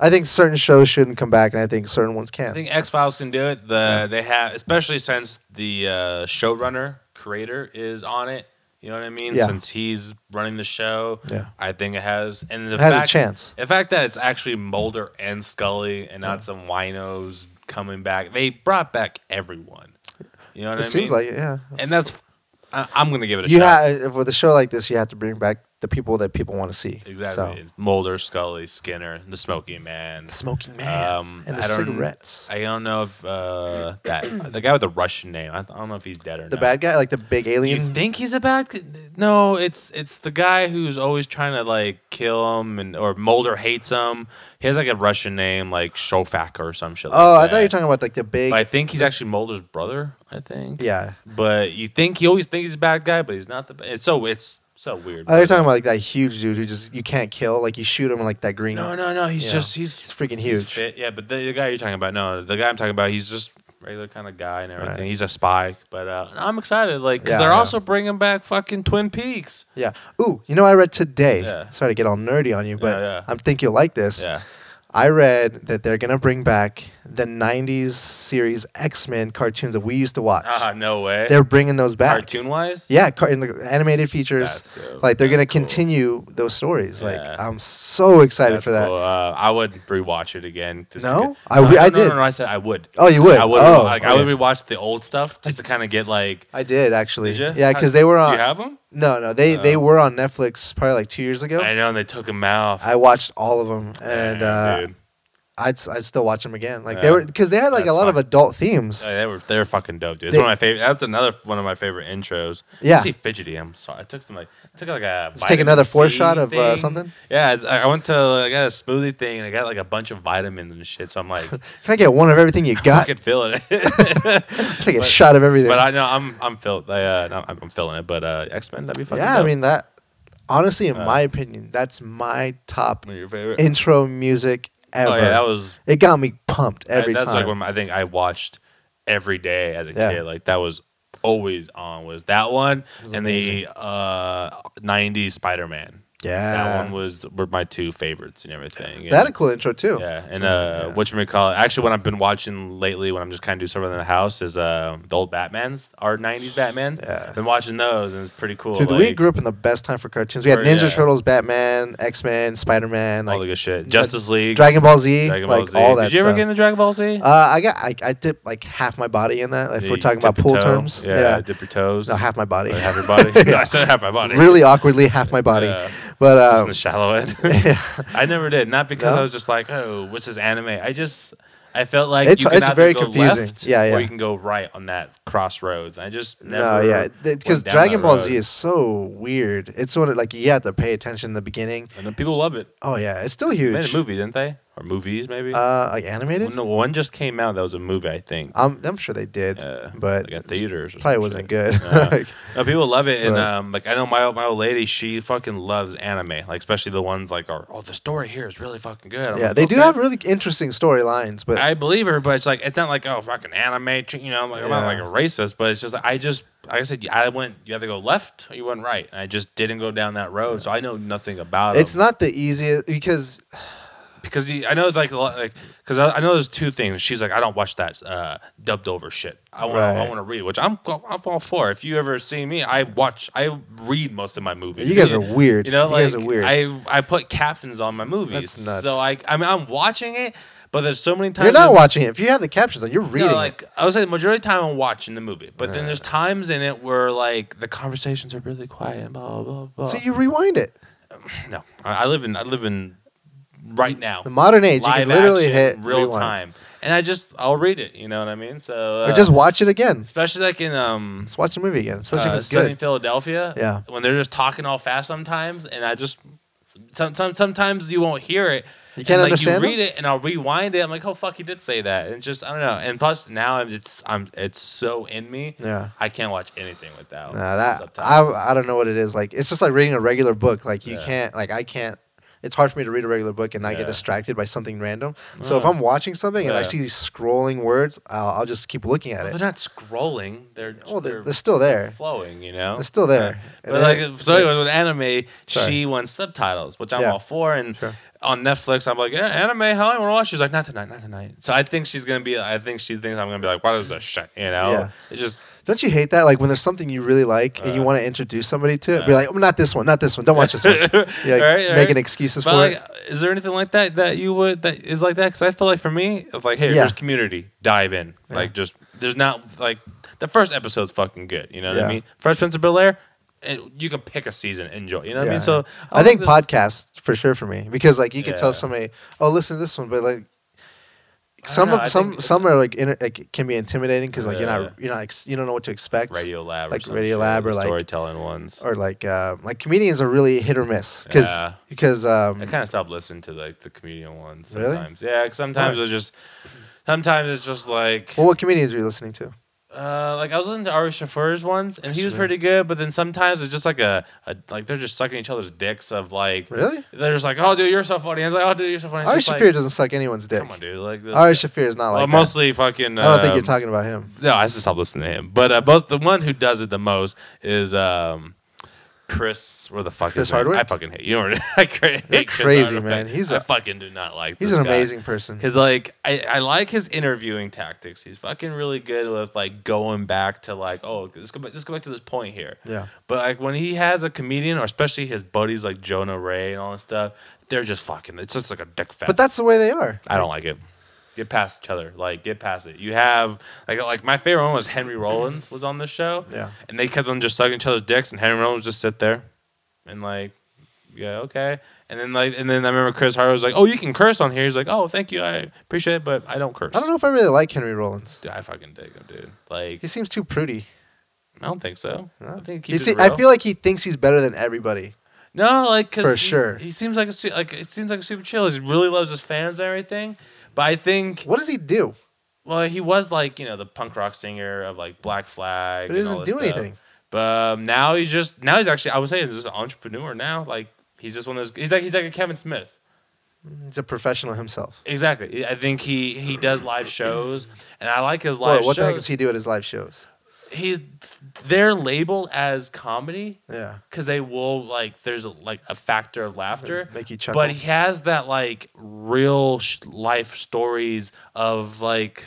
I think certain shows shouldn't come back, and I think certain ones I can. think X Files can do it. The they have, especially since the uh, showrunner creator is on it. You know what I mean? Yeah. Since he's running the show, Yeah. I think it has and the It has fact, a chance. The fact that it's actually Mulder and Scully and not some winos coming back. They brought back everyone. You know what I mean? It seems like it, yeah. and that's I, I'm gonna give it a You shot. have with a show like this, you have to bring back the the people that people want to see. Exactly. So, It's Mulder, Scully, Skinner, the Smoking Man. the smoking man Um, and the I don't- cigarettes. I don't know if uh, that the guy with the Russian name. I, I don't know if he's dead or the not. bad guy, like the big You alien. think he's a bad? c- No, it's it's the guy who's always trying to like kill him, and or Mulder hates him. He has like a Russian name, like Shofak or some shit. oh, I like thought you were that. talking about like the big. But I think he's actually Mulder's brother. I think. yeah, But you think you always think he's a bad guy, but he's not the. Ba- it's so it's so weird. I thought you were talking about like that huge dude who just you can't kill. Like you shoot him like that green. No, no, no. He's Yeah. just he's He's freaking he's huge. fit. Yeah, but the, the guy you're talking about, no, the guy I'm talking about, he's just regular kind of guy and everything. Right. He's a spy, but uh, I'm excited, like, because Yeah, they're yeah. also bringing back fucking Twin Peaks. Yeah. Ooh, you know what I read today. Yeah. Sorry to get all nerdy on you, but Yeah, yeah. I think you'll like this. Yeah, I read that they're gonna bring back the '90s series X Men cartoons that we used to watch. ah, no way. They're bringing those back. cartoon wise. Yeah, car- in the animated features. That's dope. Like they're That's gonna cool. continue those stories. Like Yeah. I'm so excited That's for that. cool. Uh, I would rewatch it again. just No? because- I re- no, I no, no, did. No, no, I said I would. Oh, you would? I would. Oh, like, I would okay. rewatch the old stuff just to kind of get like. I did actually. Did you? Yeah, because they were Do on. you have them? no, no, they they Um, were on Netflix probably like two years ago. I know, and they took them out. I watched all of them, and Yeah, uh, dude. I'd s- I'd still watch them again. Like they Yeah. were because they had like a That's lot of fun. adult themes. Yeah, they were they're fucking dope, dude. It's They- one of my favorite. That's another f- one of my favorite intros. Yeah. I see fidgety. I'm sorry. I took some like took like a. Let's take vitamin another four C shot of, uh, thing. something? Yeah, I, I went to I got a smoothie thing and I got like a bunch of vitamins and shit. So I'm like, Can I get one of *laughs* everything you I *laughs* got? can feel *laughs* it. Take a shot of everything. but I know I'm I'm filled. I, uh, no, I'm, I'm feeling it. But uh, X Men, that'd be fucking. yeah, I dope. mean that. Honestly, in Uh, my opinion, that's my top One of your favorite. intro music ever. oh yeah, that was it got me pumped every that's time. like when I think I watched every day as a Yeah. kid. Like that was always on was that one was and amazing. the uh, '90s Spider Man. yeah, that one was were my two favorites and everything. They had a and, cool intro too. yeah, and So, uh, yeah. what you call it? Actually, what I've been watching lately, when I'm just kind of doing something in the house, is uh, the old Batman's, our '90s Batman. Yeah. been watching those, and it's pretty cool. Dude, we like, grew up in the best time for cartoons. We had For- Ninja yeah. Turtles, Batman, X Men, Spider Man, all the like good shit. Justice League, Dragon Ball Z, Dragon Ball like Z. all that. Did you ever stuff. get into Dragon Ball Z? Uh, I got I, I dip like half my body in that. Like, if Yeah, we're you talking about dip your pool toe. terms, yeah, yeah, dip your toes. no, half my body, Like, half your *laughs* body. I said half my body. really awkwardly half my body. Yeah. But *laughs* Just in uh, the shallow end. *laughs* yeah. I never did. Not because No? I was just like, oh, what's this anime? I just I felt like It's- you can it's either very go confusing. Left, Yeah, yeah. Or you can go right on that crossroads. I just no, never. yeah, went because down Dragon that Ball road. Z is so weird. It's sort of like you have to pay attention in the beginning. And then people love it. Oh yeah, it's still They huge. made a movie, didn't they? Or movies, maybe. Uh, like Well, animated? no, one just came out. That was a movie, I think. I'm I'm sure they did, Yeah, but like at theaters, or probably some wasn't shit. Uh-huh. good. *laughs* Yeah. no, Oh, people love it, and But- um, like I know my my old lady, she fucking loves anime, like especially the ones like are oh the story here is really fucking good. I'm yeah, like, they do "Okay." have really interesting storylines, but I believe her, but it's like it's not like oh fucking anime, tr- you know, like I'm not Yeah. like a racist, but it's just like I just like I said I went you either go left or you went right, and I just didn't go down that road, so I know nothing about it. it's not the easiest because because you, I know like a lot, like because I, I know there's two things. She's like I don't watch that uh, dubbed over shit. I want Right. I want to read, which I'm I'm all for. If you ever see me, I watch I read most of my movies. you guys are weird. You know, like you guys are weird. I I put captions on my movies, That's nuts. so I I mean I'm watching it, but there's so many times You're not in- watching it. If you have the captions on, you're reading. No, it. like I would say the majority of the time I'm watching the movie, but then there's times in it where like the conversations are really quiet and blah blah blah. So you rewind it. no, I, I live in I live in right now, The modern age, you can Live literally action, hit real rewind. time, and I just I'll read it. You know what I mean? So uh, or just watch it again. especially like in um. Let's watch the movie again, especially uh, if it's Sunny good. Philadelphia, Yeah. when they're just talking all fast sometimes, and I just some, some, sometimes you won't hear it. You And, can't like, understand You them? read it, and I'll rewind it. I'm like, oh fuck, he did say that, and just I don't know. And plus, now I'm- it's I'm it's so in me. Yeah. I can't watch anything without. Nah, that subtitles. I, I don't know what it is. Like it's just like reading a regular book. Like you Yeah. can't like I can't. It's hard for me to read a regular book and not Yeah. get distracted by something random. So if Ah. I'm watching something and I Yeah. see these scrolling words, I'll, I'll just keep looking at Well, they're it. not scrolling. They're Well, they're, they're they're still there. flowing. You know, They're still there. Yeah. And But then- like, so anyways, with anime, Sorry. she wants subtitles, which I'm Yeah. all for. And Sure. on Netflix, I'm like, yeah, anime, how long want to watch? She's like, not tonight, not tonight. So I think she's gonna be. I think she thinks I'm gonna be like, what is this shit? You know, Yeah. it's just Don't you hate that? Like when there's something you really like and you Uh, want to introduce somebody to it, be like, oh, not this one, not this one. Don't watch this *laughs* one. You're like, Right, right. making excuses But for like, it. is there anything like that that you would that is like that? Because I feel like for me, it's like, hey, Yeah. there's community, dive in. Like, just there's not like the first episode's fucking good. You know what Yeah. I mean? Fresh Prince of Bel Air, eh, you can pick a season, enjoy. You know what I Yeah. mean? So I think this- podcasts for sure for me because like you could Yeah. tell somebody, oh, listen to this one, but like don't some know, I of, some think- some are like, inter- like can be intimidating because like you're Yeah. not you're not ex- you don't know what to expect. Radio Lab, like or some Radio shit, Lab the or, like- storytelling ones. Or like uh, like comedians are really hit or miss because Yeah. because um, I kind of stopped listening to like the comedian ones Really? sometimes. Yeah, 'cause sometimes Why? it's just sometimes it's just like well, what comedians are you listening to? uh, like I was listening to Ari Shaffir's ones and he was Sure. pretty good, but then sometimes it's just like a, a like they're just sucking each other's dicks of like Really? they're just like oh dude you're so funny and like oh dude you're so funny. It's Ari just like, Shafir doesn't suck anyone's dick. come on dude like this. Ari Shafir is well, not like that. mostly fucking. I don't think um, you're talking about him. No, I just stopped listening to him. But uh, both the one who does it the most is um, Chris. Where the fuck Chris is his name? Hardwick? I fucking hate you. Know, what *laughs* I mean? I cra- hate You're Chris crazy, Hardwick. man. He's I a- fucking do not like. He's this an guy. amazing person. Cause like I, I like his interviewing tactics. He's fucking really good with like going back to like oh let's go back let's go back to this point here. Yeah. But like when he has a comedian or especially his buddies like Jonah Ray and all that stuff, they're just fucking. It's just like a dick fest. But that's the way they are. I don't like it. Get past each other. Like get past it. You have like like my favorite one was Henry Rollins was on this show. Yeah. And they kept on just sucking each other's dicks, and Henry Rollins would just sit there, and like, yeah, okay. And then like and then I remember Chris Hart was like, oh, you can curse on here. He's like, oh, thank you, I appreciate it, but I don't curse. I don't know if I really like Henry Rollins. Dude, I fucking dig him, dude. Like He seems too prudy. I don't think so. I No? think He he se- I feel like he thinks he's better than everybody. No, like 'cause For he's- sure. He seems like a su- like it seems like a super chill. He really loves his fans and everything. But I think What does he do? Well, he was like you know the punk rock singer of like Black Flag. But he and all doesn't this do stuff. anything. But um, now he's just now he's actually I would say he's just an entrepreneur now. Like he's just one of those. He's like he's like a Kevin Smith. He's a professional himself. Exactly. I think he he does live shows, and I like his Well, live what the shows. heck does he do at his live shows? He's they're labeled as comedy Yeah. because they will like there's a, like a factor of laughter. Make you chuckle. But he has that like real sh- life stories of like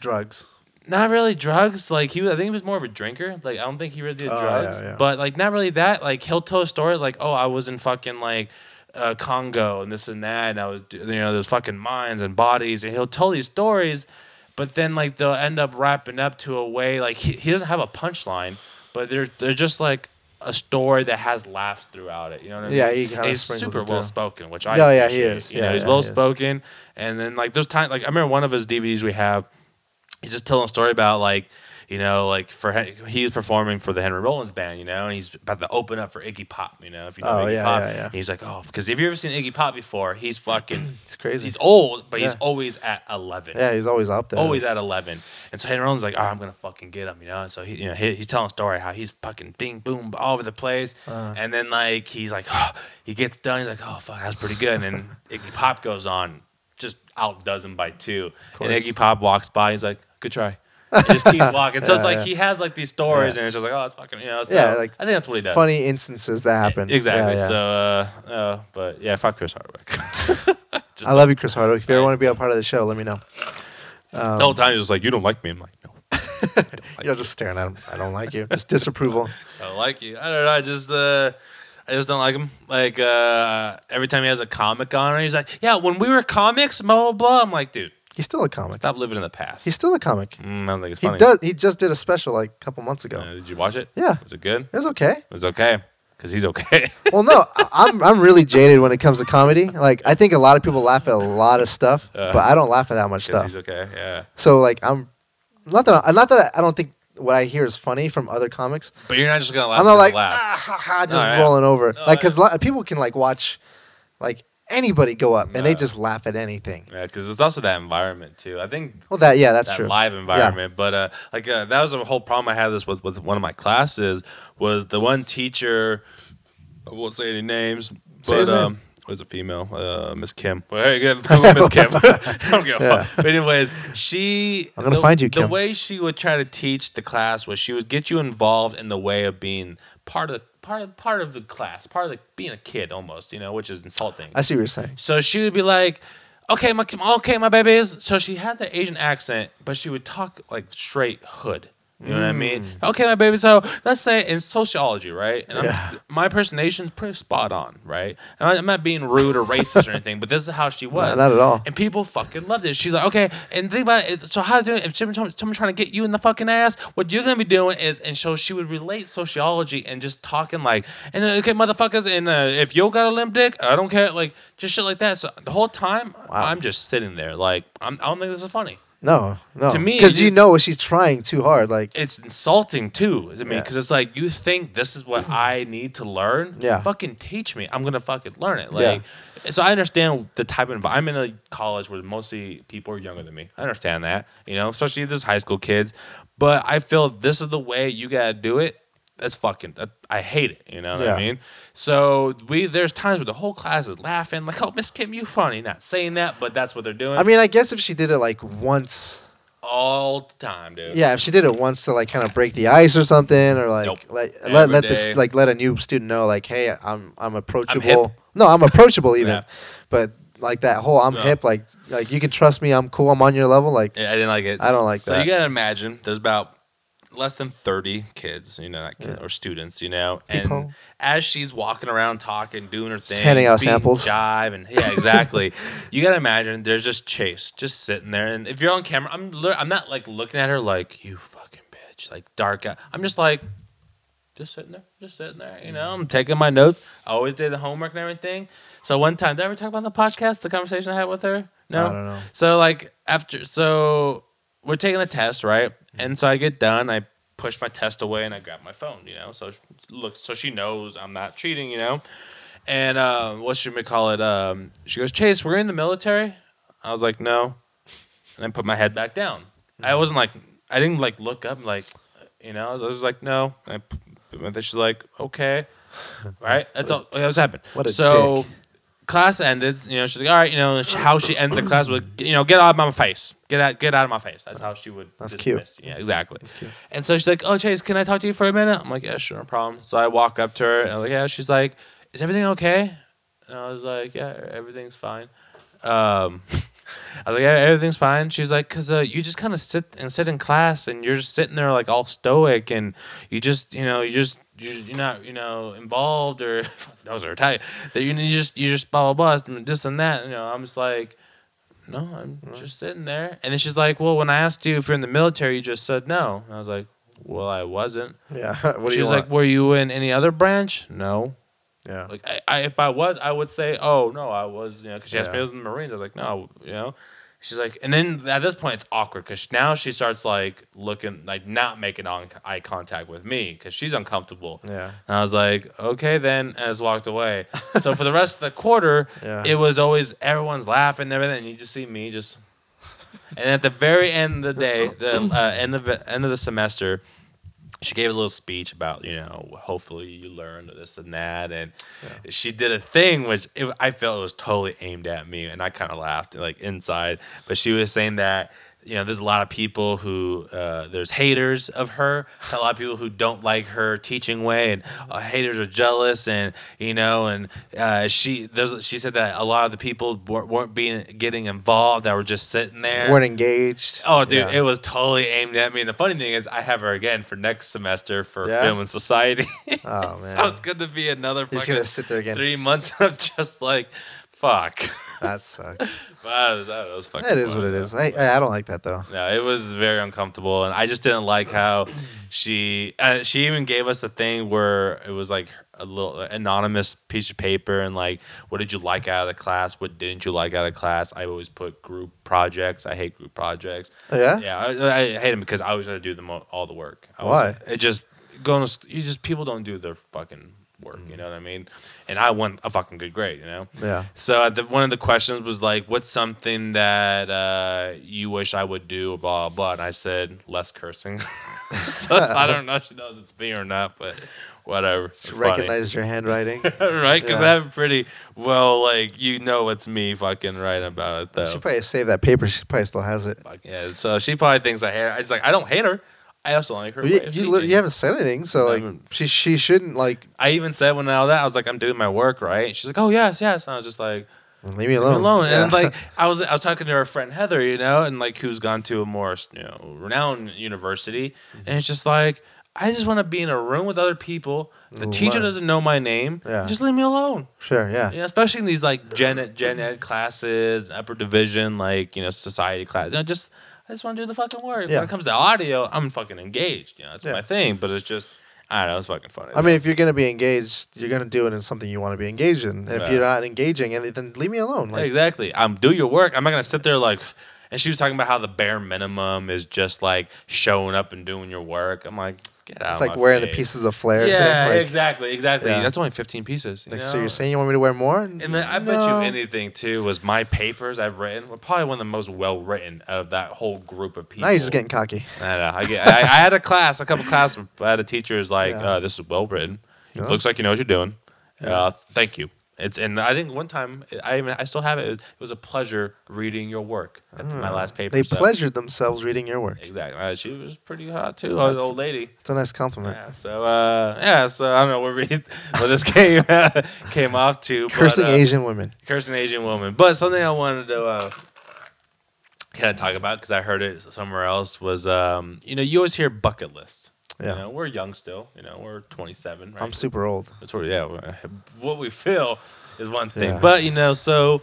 Drugs. not really drugs. Like he, was- I think he was more of a drinker. Like I don't think he really did Oh, yeah, drugs. yeah. But like not really that. Like he'll tell a story like, oh, I was in fucking like uh, Congo and this and that, and I was do- you know there's fucking mines and bodies, and he'll tell these stories, but then like they'll end up wrapping up to a way like he, he doesn't have a punchline, but they're they're just like a story that has laughs throughout it. You know what I mean? Yeah, he kinda And he's sprinkles super it through. well spoken, which I Yeah, Oh, yeah, he appreciate. is. You know, Yeah, he's yeah, he well is. spoken, and then like there's time like I remember one of his DVDs we have he's just telling a story about like you know like for Hen- he's performing for the Henry Rollins band you know and he's about to open up for Iggy Pop you know if you know Oh, Iggy yeah, Pop yeah, yeah. And he's like oh because if you ever seen Iggy Pop before he's fucking *clears throat* It's crazy. he's old but he's Yeah. always at eleven yeah, he's always up there. Always at eleven, and so Henry Rollins is like, "All right, I'm gonna fucking get him," you know. And so he, you know, he, he's telling a story how he's fucking bing boom all over the place, Uh. and then like he's like, "Oh," he gets done, he's like, "Oh fuck, that was pretty good," *laughs* and then Iggy Pop goes on, just outdoes him by two, and course. Iggy Pop walks by, he's like, "Good *laughs* try." And just keeps walking, so it's Yeah, like yeah. he has like these stories, Yeah. and it's just like, oh, it's fucking, you know. So Yeah, like, I think that's what he does. E, Funny instances that happen. exactly. Yeah, yeah. So, uh, uh, but yeah, fuck Chris Hardwick. I love you, Chris Hardwick. If you ever want to be a part of the show, let me know. Um, the whole time he's just like, "You don't like me." I'm like, "No." You're just staring at him. I don't *laughs* like you. Just disapproval. I don't like you. I don't know. I just uh, I just don't like him. Like uh, every time he has a comic on, he's like, "Yeah, when we were comics, blah blah blah." I'm like, dude, He's still a comic. stop living in the past. He's still a comic. Mm, I don't think it's He funny. does. He just did a special like a couple months ago. Uh, did you watch it? Yeah. Was it good? It was okay. It was okay. Cause he's okay. *laughs* Well, no, I- I'm I'm really jaded when it comes to comedy. Like I think a lot of people laugh at a lot of stuff, Uh, but I don't laugh at that much Cause stuff. he's okay. Yeah. So like I'm not that I, not that I, I don't think what I hear is funny from other comics. But you're not just gonna laugh. I'm not because like you laugh. ah, ha, ha, just No, yeah. rolling over. No, like yeah. because lot people can like watch like anybody go up and they No. just laugh at anything. Yeah, because it's also that environment too. I think Well, that yeah, that's that true. live environment. But uh, like uh, that was a whole problem I had this with with one of my classes was the one teacher. I won't say any names, Say but his name. um, was a female, uh, Miss Kim. Well, hey, good, *laughs* *laughs* Miss Kim. I don't give a Yeah. fuck. But anyways, she. I'm gonna the- find you, The Kim. way she would try to teach the class was she would get you involved in the way of being part of part of part of the class, part of the, being a kid almost, you know, which is insulting. I see what you're saying. So she would be like, "Okay, my okay, my babies." So she had the Asian accent, but she would talk like straight hood. You know what I mean? Okay, my baby. So let's say in sociology, right? And I'm, Yeah. my impersonation's pretty spot on, right? And I- I'm not being rude or racist or anything, but this is how she was. not at all. And people fucking loved it. She's like, okay, and think about it. So how do if someone, someone trying to get you in the fucking ass, what you're gonna be doing is, and so she would relate sociology and just talking like, and uh, okay, motherfuckers, and uh, if you got a limp dick, I don't care, like just shit like that. So the whole time, I'm just sitting there, like I'm, I don't think this is funny. No, no. To me, because it you is- know she's trying too hard. Like, it's insulting too. I mean, Yeah. because it's like you think this is what I need to learn. Yeah. fucking teach me. I'm gonna fucking learn it. Yeah. Like, so I understand the type of. envi- I'm in a college where mostly people are younger than me. I understand that. You know, especially these high school kids. But I feel this is the way you gotta do it. That's fucking. That, I hate it. You know what Yeah. I mean? So we there's times where the whole class is laughing, like, "Oh, Miss Kim, you funny." Not saying that, but that's what they're doing. I mean, I guess if she did it like once, all the time, dude. yeah, if she did it once to like kind of break the ice or something, or like Nope. let let, Every let this day. like let a new student know like, hey, I'm I'm approachable. hip. No, I'm *laughs* approachable even, Yeah. but like that whole I'm No. hip, like like you can trust me, I'm cool, I'm on your level, like Yeah, I didn't like it. I don't like so that. you gotta imagine there's about less than 30 kids, you know, that kid, or students, you know, and People. as she's walking around talking, doing her thing, handing out being samples. jive, and yeah, *laughs* exactly. you gotta imagine there's just Chase just sitting there, and if you're on camera, I'm lit- I'm not like looking at her like you fucking bitch, like dark. eye. I'm just like. Just sitting there, just sitting there, you Mm. know. I'm taking my notes. I always did the homework and everything. So one time, did I ever talk about the podcast, the conversation I had with her? No, I don't know. so like after so we're taking the test, right? Mm. And so I get done, I push my test away and I grab my phone, you know. So she- look so she knows I'm not cheating, you know. And uh, what should we call it? Um, she goes, Chase, we're in the military. I was like, no. And I put my head back down. I wasn't like, I didn't like look up, like, you know. I was, I was just like, no. And I p- put my- she's like, okay, right? That's all. That was happened. what a so dick. class ended. You know, she's like, all right, you know, and she- how she ends the class with, you know, get out of my face, get out, get out of my face. That's how she would. That's dismiss- Yeah, exactly. And so she's like, oh Chase, can I talk to you for a minute? I'm like, yeah, sure, no problem. So I walk up to her and I'm like, yeah. She's like, is everything okay? And I was like, yeah, everything's fine. Um, I was like, yeah, everything's fine. She's like, cause uh, you just kind of sit and sit in class, and you're just sitting there like all stoic, and you just, you know, you just, you're, you're not, you know, involved or *laughs* those are tight. That you, you just, you just blah blah blah, and this and that. You know, I'm just like, no, I'm just sitting there. And then she's like, well, when I asked you if you're in the military, you just said no. And I was like, well, I wasn't. *laughs* yeah. what do she you was want? like, were you in any other branch? No. yeah, Like, I, I, if I was, I would say, oh no, I was, you know, because she asked me Yeah. if I was in the Marines. I was like, no, you know. She's like, and then at this point, it's awkward because now she starts like looking, like not making on, eye contact with me because she's uncomfortable. yeah. And I was like, okay, then, and I just walked away. so for the rest of the quarter, *laughs* Yeah. it was always everyone's laughing and everything, and you just see me just. And at the very end of the day, the uh, end of the, end of the semester, she gave a little speech about you know hopefully you learned this and that, and she did a thing which it, I felt was totally aimed at me, and I kind of laughed like inside. But she was saying that. You know, there's a lot of people who uh, there's haters of her. A lot of people who don't like her teaching way, and uh, haters are jealous. And you know, and uh, she there's, she said that a lot of the people wer- weren't being getting involved. That were just sitting there. Weren't engaged. Oh, dude, Yeah. it was totally aimed at me. And the funny thing is, I have her again for next semester for Yeah? film and society. *laughs* Oh, so man. it's going to be another He's fucking gonna sit there again. three months *laughs* of just like, fuck. *laughs* That sucks. But I was, I was fucking that is fun, what it though. is. I I I don't like that though. No, it was very uncomfortable, and I just didn't like how she uh, she even gave us a thing where it was like a little anonymous piece of paper and like what did you like out of the class, what didn't you like out of class. I always put group projects. I hate group projects. Oh, Yeah? yeah, I, I hate them because I always had to do them all, all the work. I was- Why? It just going. to- You just people don't do their fucking work. You know what I mean? And I want a fucking good grade. You know. Mm-hmm. Yeah. So uh, the, one of the questions was like, "What's something that uh, you wish I would do?" Blah blah. blah. And I said, "Less cursing." *laughs* so I don't know if she knows it's me or not, but whatever. It's funny. Recognized your handwriting. *laughs* right? Because Yeah. I have pretty well, like you know, it's me fucking right about it though. She probably saved that paper. She probably still has it. Fuck yeah. So she probably thinks I hate. her. It's like I don't hate her. I also like her. You, way of you, lit- teaching. you haven't said anything, so like haven't- she she shouldn't like I even said when all that I was like, I'm doing my work right. She's like, Oh yes, yes. And I was just like, Leave me alone. alone. Yeah. And like I was, I was talking to our friend Heather, you know, and like who's gone to a more you know renowned university, Mm-hmm. and it's just like I just want to be in a room with other people. The teacher Alone. doesn't know my name. Yeah. Just leave me alone. sure, yeah. You know, especially in these like gen ed, gen ed classes, upper division, like you know society classes. You know, just I just want to do the fucking work. Yeah. When it comes to audio, I'm fucking engaged. You know, that's Yeah. my thing. But it's just I don't know. It's fucking funny. I mean, if you're gonna be engaged, you're gonna do it in something you want to be engaged in. And if Yeah. you're not engaging, and then leave me alone. Like, exactly. I'm do your work. I'm not gonna sit there like. And she was talking about how the bare minimum is just like showing up and doing your work. I'm like, get out. of it's like my wearing the face. pieces of flair. Yeah, *laughs* like, exactly, exactly. Yeah. That's only 15 pieces. you like, so know? you're saying you want me to wear more? And And then I bet you anything too was my papers I've written were probably one of the most well written out of that whole group of people. Now you're just getting cocky. I know. I, get, I, I had a class, a couple classes. I had a teacher who's like, Yeah. uh, "This is well written. Yeah. It Looks like you know what you're doing. Uh, thank you." It's and I think one time I even I still have it. It was a pleasure reading your work at my last paper. Hmm. They so- pleasured themselves reading your work. Exactly. Uh, she was pretty hot too. An That's- old *laughs* lady. It's a nice compliment. Yeah. So uh, yeah. So I don't know where we *laughs* where this came *laughs* came off to. but, Cursing uh, Asian women. cursing Asian woman. But something I wanted to uh, kind of talk about because I heard it somewhere else was um, you know you always hear bucket list. Yeah. You know, we're young still. You know, we're 27. Right? I'm super old. That's what, yeah. we're- What we feel is one thing, Yeah. but you know, so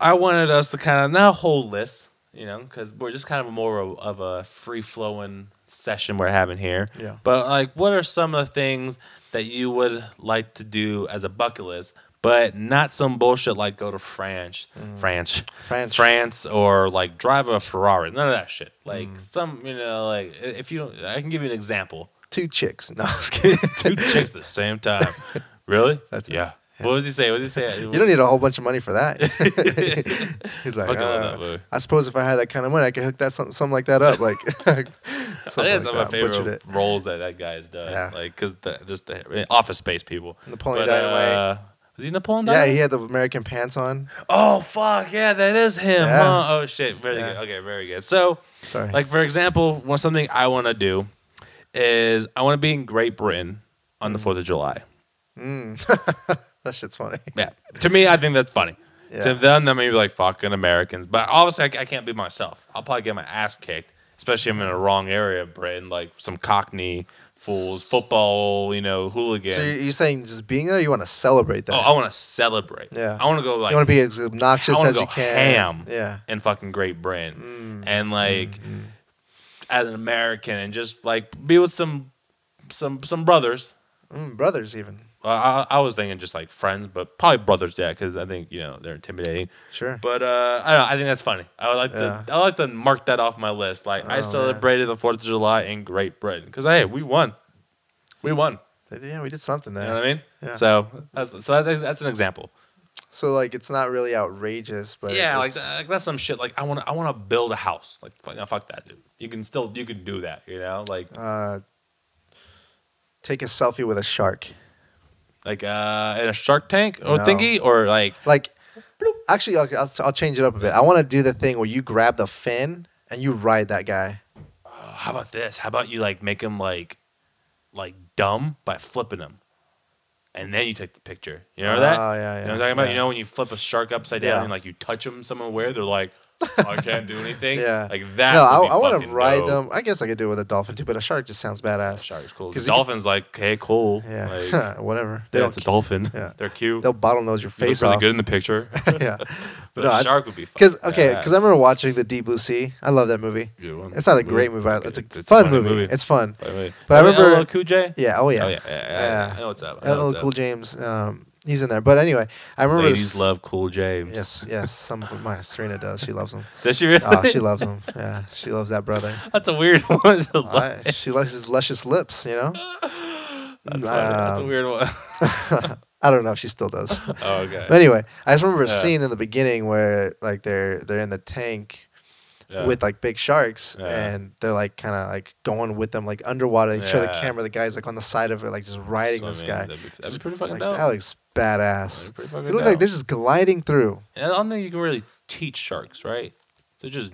I wanted us to kind of not hold list, you know, because we're just kind of more of- of a free flowing session we're having here. Yeah. But like, what are some of the things that you would like to do as a bucket list, but not some bullshit like go to France, France, Mm. France. France, or like drive a Ferrari. None of that shit. Like Mm. some, you know, like i- if you don't, I can give you an example. *laughs* Two chicks. No, I was kidding. *laughs* Two chicks at the same time. Really? *laughs* That's it. yeah. What does he say? What does he say? *laughs* You don't need a whole bunch of money *laughs* for that. He's like, Fucking love that uh, movie. I suppose if I had that kind of money, I could hook that something, something like that *laughs* up. Like, *laughs* something I think that's one like that. of my Butchered favorite it. roles that that guy's done. Yeah. Like, cause the, this the Office Space people. Napoleon But, Dynamite. Uh, was he Napoleon Yeah, Dynamite? he had the American pants on. Oh fuck! Yeah, that is him. Yeah. huh? Oh shit! Very Yeah. good. Okay, very good. So, Sorry. like for example, one something I want to do is I want to be in Great Britain on the Mm. Fourth of July. that shit's funny. *laughs* Yeah. To me, I think that's funny. Yeah. To them, that may be like fucking Americans, but obviously, I, I can't be myself. I'll probably get my ass kicked, especially if I'm in the wrong area of Britain, like some Cockney fools, football, you know, hooligans. So you're, you're saying just being there, you want to celebrate that? oh, I want to celebrate. Yeah. I want to go like you want to be as obnoxious I wanna as you go can. ham. Yeah. Mm. Mm-hmm. in fucking Great Britain, and like as an American, and just like be with some some some brothers. Mm, brothers, even. Uh, I, I was thinking just like friends, but probably brothers, yeah, because I think you know they're intimidating. Sure. But uh, I don't know. I think that's funny. I would like to. I would like to mark that off my list. Like Oh, I celebrated the Fourth of July in Great Britain because hey, we won. We won. yeah, we did something there. You know what I mean? Yeah. So that's, so that's, that's an example. So, like, it's not really outrageous, but. yeah, like, it's- that- like that's some shit. Like I want to. I want to build a house. Like fuck, no, fuck that, dude. You can still. You can do that. You know, like Uh, take a selfie with a shark. like uh, in a Shark Tank or No. thingy or like Like, actually, I'll, I'll, I'll change it up a bit. I want to do the thing where you grab the fin and you ride that guy. oh, how about this? How about you like make him like like dumb by flipping him, and then you take the picture. You know that? Oh, yeah, yeah. You know what I'm talking about? You yeah. know when you flip a shark upside down Yeah. and like you touch them somewhere, they're like, I can't do anything. *laughs* Yeah. Like that. no, I, would be I want to fucking ride dope. them. I guess I could do it with a dolphin too, but a shark just sounds badass. Shark's cool. 'Cause Because you can- dolphins like, okay, cool. Yeah, Like, *laughs* yeah, whatever. They they don't. it's a dolphin. yeah. They're cute. They'll bottlenose your They look face really off. good in the picture. *laughs* yeah, but No, I- a shark would be fun. because okay, because I remember watching the Deep Blue Sea. I love that movie. It's not a great movie, but it's a fun movie. It's fun. but I remember- LL Cool J? Yeah. Oh yeah. Oh, yeah, yeah, yeah, I know what's up. I know LL what's Cool up. James. Um, he's in there. But anyway, I remember. Ladies this- love Cool James. *laughs* Yes. Yes. Some of my Serena does. She loves him. Does she really? *laughs* Oh, she loves him. Yeah. She loves that brother. That's a weird one. to love. I- she likes his luscious lips. You know. That's, funny. That's a um, weird one. I don't know if she still does. *laughs* oh, okay. But anyway, I just remember a Yeah. scene in the beginning where like they're they're in the tank Yeah. with like big sharks Yeah. and they're like kind of like going with them like underwater. They show the Yeah. camera, the guy's like on the side of it, like just riding this Swimming, guy. That'd be, that'd be pretty fucking Like, dope. that looks badass. That'd be pretty They fucking look like dope. they're just gliding through. And I don't think you can really teach sharks, right? They're just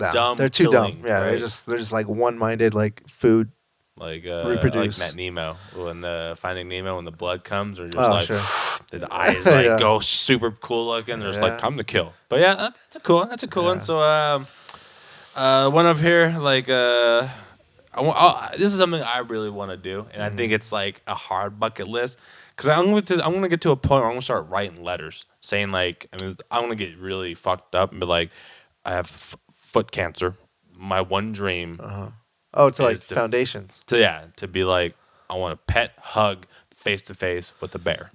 No, dumb. they're too killing, dumb. Yeah, right? they're just they're just like one minded, like food. Like uh, Reproduce. like Matt Nemo when the Finding Nemo when the blood comes or just Oh, like *sighs* *laughs* the eyes like Yeah. go super cool looking. There's like Yeah. time to kill. But yeah, uh, that's a cool one. That's a cool one. Yeah. So um, uh, one up here like uh, I want I- this is something I really want to do, and Mm-hmm. I think it's like a hard bucket list because I'm going to I'm going to get to a point where I'm going to start writing letters saying like I mean I'm going to get really fucked up and be like I have f- foot cancer. My one dream Oh, to It like is diff- foundations. to yeah to be like I want to pet hug face to face with a bear.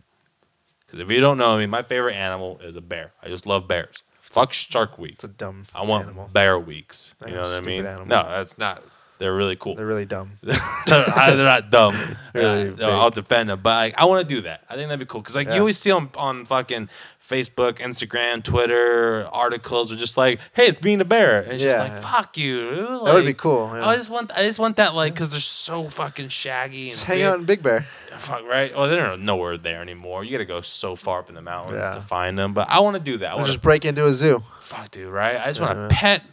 Because if you don't know me, my favorite animal is a bear. I just love bears. Fuck Shark Week. It's a dumb I want animal. bear weeks. You Yeah, know what I stupid mean? animal. No, that's not. They're really cool. They're *laughs* really dumb. they're, they're not dumb. *laughs* Really Uh, no, I'll big. defend them, but like, I want to do that. I think that'd be cool because like Yeah. you always see on on fucking Facebook, Instagram, Twitter articles are just like, "Hey, it's being a bear," and it's just Yeah, like, yeah. "Fuck you." Like, That would be cool. yeah. I just want I just want that like because they're so fucking shaggy and Just hang big. out in Big *laughs* Bear. Fuck right. Well, they're nowhere there anymore. You got to go so far up in the mountains Yeah. to find them. But I want to do that. I Or want to just break into *laughs* a zoo. fuck, dude. Right? I just want to Yeah. pet,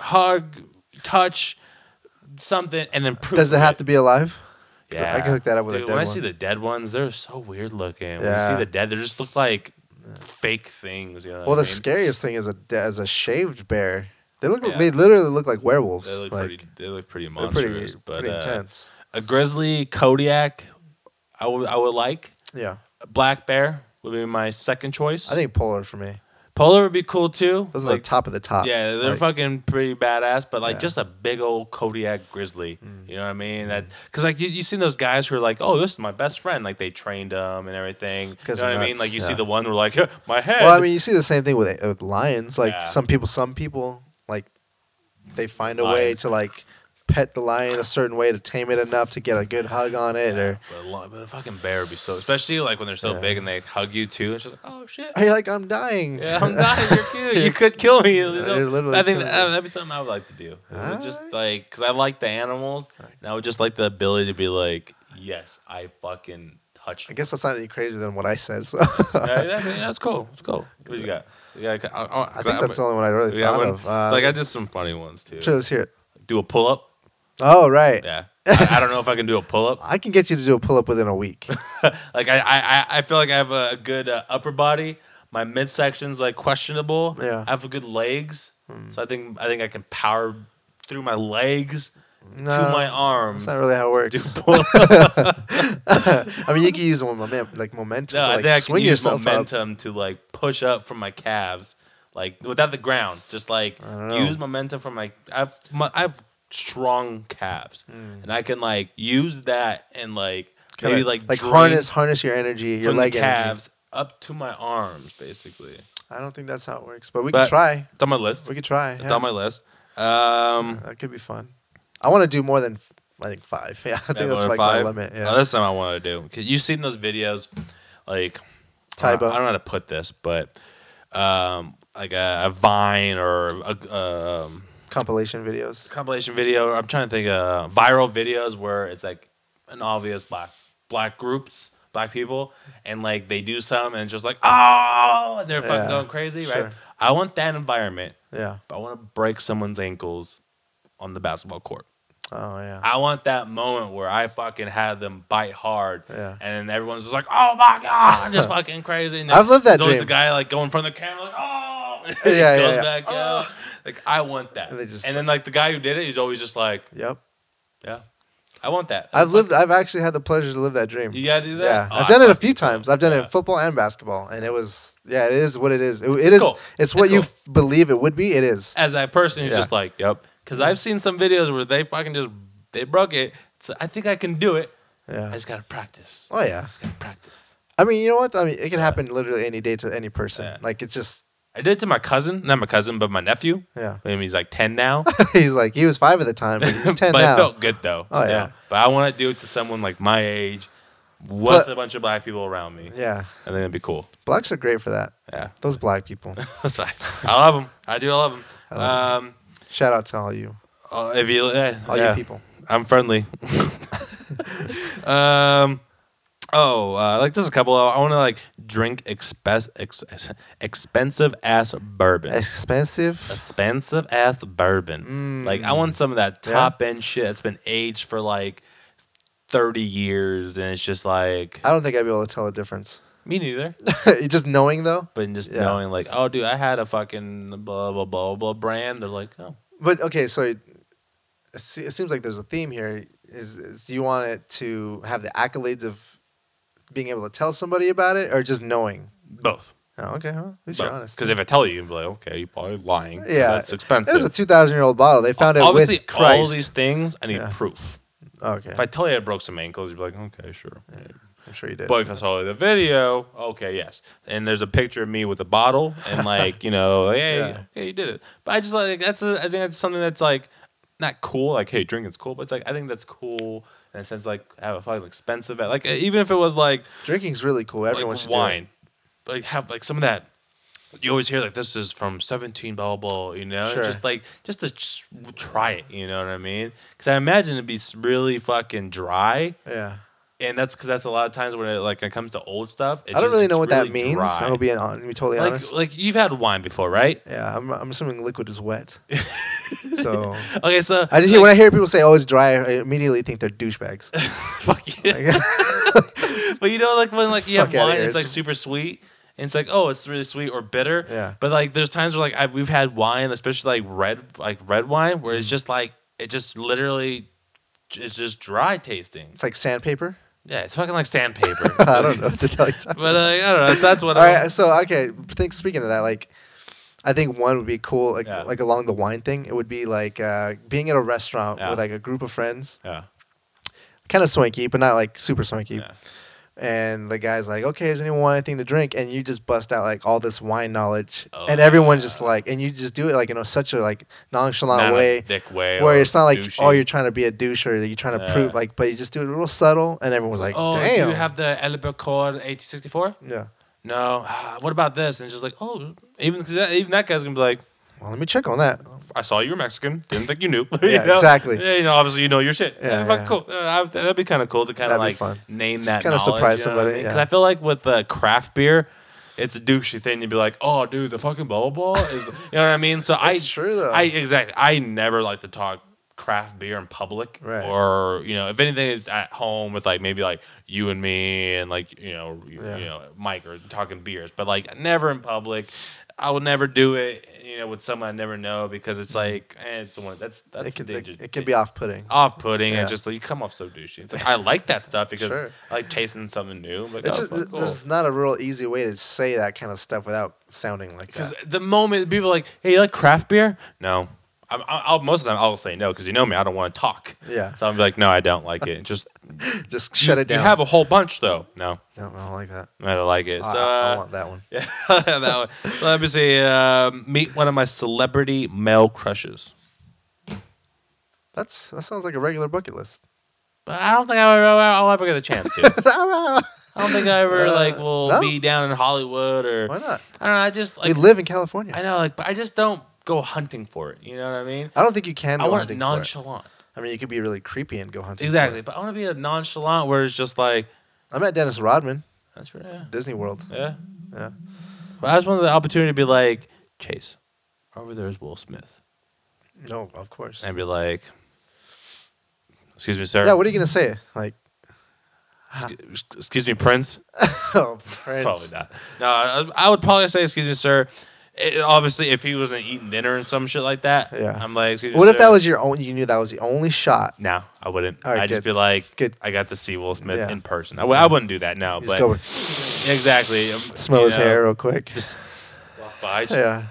hug, touch. Something and then prove Does it have to be alive? 'Cause yeah. I can hook that up with a Dude, dead when I one. see the dead ones, they're so weird looking. When I Yeah. see the dead, they just look like fake things. You know what Well, I the mean? scariest thing is a de- is a shaved bear. They look Yeah. they literally look like werewolves. They look like pretty. They look pretty they're monstrous, pretty, but pretty uh, intense. a grizzly, Kodiak, I would I would like. Yeah, Black bear would be my second choice. I think polar for me. polar would be cool too. Those are Like, the top of the top. yeah, they're Uh, Like, fucking pretty badass, but like Yeah. Mm. just a big old Kodiak grizzly. You know what I mean? That because like you, you seen those guys who are like, oh, this is my best friend. Like they trained him and everything. You 'cause know what they're I mean? nuts, Like you see yeah. the one who are like, my head. Well, I mean, you see the same thing with with lions. Like Yeah. some people, some people like they find a way Lions. to like pet the lion a certain way to tame it enough to get a good hug on it. Or but, a lo- but a fucking bear would be so, especially like when they're so Yeah. big and they hug you too. It's just like, oh *laughs* shit. are you like I'm dying? Yeah, I'm dying. You're cute. You could kill me. You know? You're literally I think killing that, me. that'd be something I would like to do. I would just like, cause I like the animals, and I would just like the ability to be like, yes, I fucking touched. *laughs* I guess that's not any crazier than what I said. So *laughs* you." Uh, Yeah, yeah, yeah, that's cool. That's cool. What you got? Yeah, I, I think that's the only one I really thought of. Uh, like I did some funny ones too. sure, let's hear it. Do a pull up. Oh right, *laughs* Yeah. I, I don't know if I can do a pull up. I can get you to do a pull up within *laughs* a week. Like I, I, I- I feel like I have a good uh, upper body. My midsection's like questionable. Yeah. Hmm. I have good legs, so I think I think I can power through my legs to No, my arms. That's not really how it Do *laughs* works. pull up. *laughs* I mean, you can use one moment, like momentum no, to I like think I can swing use yourself up. momentum to like push up from my calves, like without the ground. Just like I don't know. use momentum from my. I've my, I've strong calves, and I can like use that and like Hmm. Kinda maybe like like drain harness harness your energy, your from leg the energy. calves up to my arms, basically. I don't think that's how it works, but we But- could try. It's on my list. We could try. It's yeah. on my list. Um, that could be fun. I want to do more than f- I think five. *laughs* Yeah, I yeah, think that's one like five. my limit. Yeah, Oh, that's something I want to do. 'Cause You've seen those videos, like I Tybo. don't I don't know how to put this, but um, like a, a Vine or a, a um, compilation videos. compilation video. I'm trying to think of viral videos where it's like an obvious black black groups, black people, and like they do some and it's just like oh, and they're Yeah. fucking going crazy, Sure. right? I want that environment, Yeah. but I want to break someone's ankles on the basketball court. Oh yeah. I want that moment where I fucking had them bite hard, Yeah. and then everyone's just like, "Oh my god, *laughs* just fucking crazy." And then I've lived that There's always dream. the guy like going from the camera, like, "Oh," *laughs* and Yeah, he yeah, goes yeah. back Oh. out. Like I want that. And And, they just- then like the guy who did it, he's always just like, Yep. "Yeah, I want that." I've lived. I've actually had the pleasure to live that dream. You gotta do that. Yeah, Oh, I've I done it a fucking few times. I've done it Yeah. in football and basketball, and it was yeah, it is what it is. It, it is cool. it's what It's you cool. f- believe it would be. It is. as that person who's Yeah. just like, "Yep," because I've seen some videos where they fucking just they broke it. So I think I can do it. I Yeah. just gotta practice. Oh yeah. I just gotta practice. I mean, you know what? I mean, it can happen literally any day to any person. Yeah. Like it's just *laughs* I did it to my cousin, not my cousin, but my nephew. yeah. I mean, he's like ten now. he's like he was five at the time, but *laughs* *laughs* he's ten but now. it felt good though. Oh, still. yeah. But I want to do it to someone like my age, with But- a bunch of black people around me. yeah, I think that'd be cool. blacks are great for that. *laughs* Yeah. Those black *laughs* people. It's like, I love them. I do love them. I love um, Shout out to all you, uh, if you, eh, all yeah, you people. I'm *laughs* friendly. um, oh, uh, like there's a couple. Of, I want to like drink expense, ex, expensive ass bourbon. Expensive. expensive ass bourbon. Like I want some of that Mm. Yeah. top end shit that's been aged for like thirty years, and it's just like I don't think I'd be able to tell the difference. *laughs* me neither. just knowing though. But just Yeah. knowing like, oh, dude, I had a fucking blah blah blah blah brand. They're like, oh, But okay, so it, it se- it seems like there's a theme here. Is, is do you want it to have the accolades of being able to tell somebody about it, or just knowing? both. Oh, okay, well, at least you're honest. Because if I tell you, you'd be like, okay, you're probably lying. 'cause Yeah. that's it was a expensive. two thousand year old bottle, they found it Obviously, with Christ. all these things, I need Yeah. proof. okay, If I tell you I broke some ankles, you'd be like, okay, sure. I'm sure you did. But if I saw the video, okay, yes. And there's a picture of me with a bottle *laughs* and like, you know, hey, Yeah. hey, you did it. But I just like that's a, I think that's something that's like not cool. Like, hey, drinking's cool, but it's like I think that's cool in a sense like have a fucking expensive like e, even if it was like Drinking's really cool. Everyone like should wine, like have like some of that. You always hear like this is from seventeen blah blah, blah, you know, Sure. just like just to ch- try it, you know what I mean? Because I imagine it'd be s- really fucking dry, do it. Yeah, and that's because that's a lot of times when it like when it comes to old stuff. it I don't just- really it's know what that really means. dry. I'll be, on, be totally honest. like, like you've had wine before, right? yeah, I'm, I'm assuming liquid *laughs* is wet. so Okay, so I just hear when I hear people say, "Oh, it's dry," I immediately think *laughs* they're douchebags. fuck you. Like, *laughs* but you know, like when like you Fuck have outta wine, here. it's like It's- super sweet. And it's like, oh, it's really sweet or bitter. Yeah. But like, there's times where like I've, we've had wine, especially like red, like red wine, where Mm. it's just like it just literally, it's just dry tasting. it's like sandpaper. Yeah, it's fucking like sandpaper. *laughs* but *laughs* I don't know what to tell you. like, I don't know. That's, that's what. All I, right, so okay. Think speaking of that, like, I think one would be cool, like, Yeah. like along the wine thing. It would be like uh, being at a restaurant Yeah. with like a group of friends, yeah. kind of swanky, but not like super swanky. Yeah. And the guy's like, "Okay, does anyone want anything to drink?" And you just bust out like all this wine knowledge, Oh, and everyone's just like, and you just do it like in a, such a like nonchalant Not in a way. thick way. where or it's not like oh douchey. you're trying to be a douche or you're trying to Yeah. prove like but you just do it real subtle and everyone's like Oh, damn do you have the Elebacor 1864? yeah No. *sighs* Ah, what about this? And it's just like, oh, even 'cause that, even that guy's gonna be like, well let me check on that I saw you were Mexican. Didn't think you knew. *laughs* Yeah, You know? exactly. Yeah, you know, obviously you know your shit. Yeah, Yeah, fuck, yeah. cool. Uh, I- that'd be kind of cool to kind That'd of be like fun. name Just that. Kind kinda of surprise somebody, Because yeah. I feel like with uh, craft beer, it's a douchey thing to be like, oh, dude, the fucking blah blah blah is. *laughs* you know what I mean? So I It's true, though. I exactly. I never like to talk craft beer in public Right. or you know if anything it's at home with like maybe like you and me and like you know you, Yeah. you know mike or talking beers but like never in public i would never do it you know with someone i never know because it's like eh, it's one that's that's Mm-hmm. Oh, it could the- it, it could be off-putting off-putting Yeah. and just like you come off so douchey it's like i like that stuff because Sure. i like tasting something new but oh, it's just, there's not a real easy way to say that kind of stuff without sounding like Because that the moment people are like, "Hey, you like craft beer?" No, I'm, I'll, I'll most of the time I'll say no because you know me, I don't want to talk. Yeah. So I'm like, "No, I don't like it." Just just *laughs* shut you, it down You have a whole bunch though. No, no I don't like that I don't like it. I- So I, I uh, want that one yeah, *laughs* that one. So Let me see. Uh, meet one of my celebrity male crushes. that's that sounds like a regular bucket list But I don't think I will I'll ever get a chance *laughs* to. why I don't think I ever Uh, like will no? be down in Hollywood or I not don't know. I just like we live in California I I, know like, but I just don't go hunting for it. You know what I mean? don't think you can go I want it hunting for it. nonchalant. I mean you could be really creepy and go hunting for it. Exactly, but I want to be a nonchalant where it's just like I met Dennis Rodman that's right. Yeah, Disney World yeah. yeah But I just wanted the opportunity to be like Chase. Over there is Will Smith, no of course and be like, "Excuse me, sir. yeah what are you gonna say like *laughs* Excuse- Excuse me, Prince. Oh, Prince. Probably not. No, I, I would probably say, "Excuse me, sir." It- obviously, if he wasn't eating dinner and some shit like that, Yeah. I'm like, "Excuse me, What if that sir." was your own? You knew that was the only shot. No, I wouldn't. All right, I'd just good. be like, Good. I got to see Will Smith Yeah. in person. I, w- I wouldn't do that now, Just but go exactly. um, smell you his know, hair real quick. Just walk by. *laughs* yeah,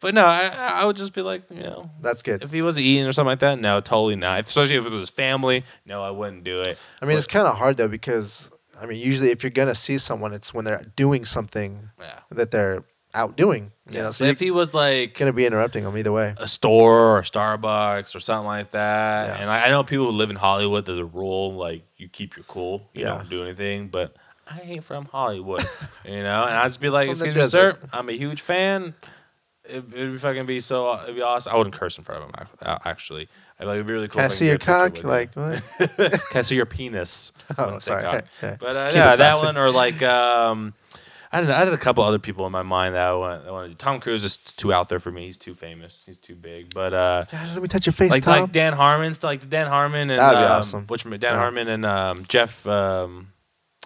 But no, I, I would just be like, you know, that's good. if he wasn't eating or something like that, no, totally not. Especially if it was his family, no, I wouldn't do it. I mean, it's kind of hard though because I mean, usually if you're gonna see someone, it's when they're doing something Yeah. that they're out doing. You know, so But you're if he Oh, was like gonna be interrupting them either way. a store or Starbucks or something like that, Yeah. and I, I know people who live in Hollywood, there's a rule like you keep your cool, you Yeah. don't do anything, but. I ain't from *laughs* Hollywood, you know, and I'd just be like, From the "Excuse me, sir, desert." I'm a huge fan. It, it'd be fucking be so, it'd be awesome. I wouldn't curse in front of him ac- uh, actually. I'd be like, it'd be really cool. Can I if see can your get a picture with cock? you. Like what? *laughs* Can I see your penis? *laughs* Oh, on sorry. TikTok. Okay, okay. But uh, Keep it yeah, that classy. one or like um, I don't know. I had a couple other people in my mind that I want. I wanted. Tom Cruise is too out there for me. He's too famous. He's too big. But uh, God, let me touch your face, like Tom. like Dan Harmon, st- like Dan Harmon and That'd be um, awesome. Which Dan Yeah. Harmon and um, Jeff. Um,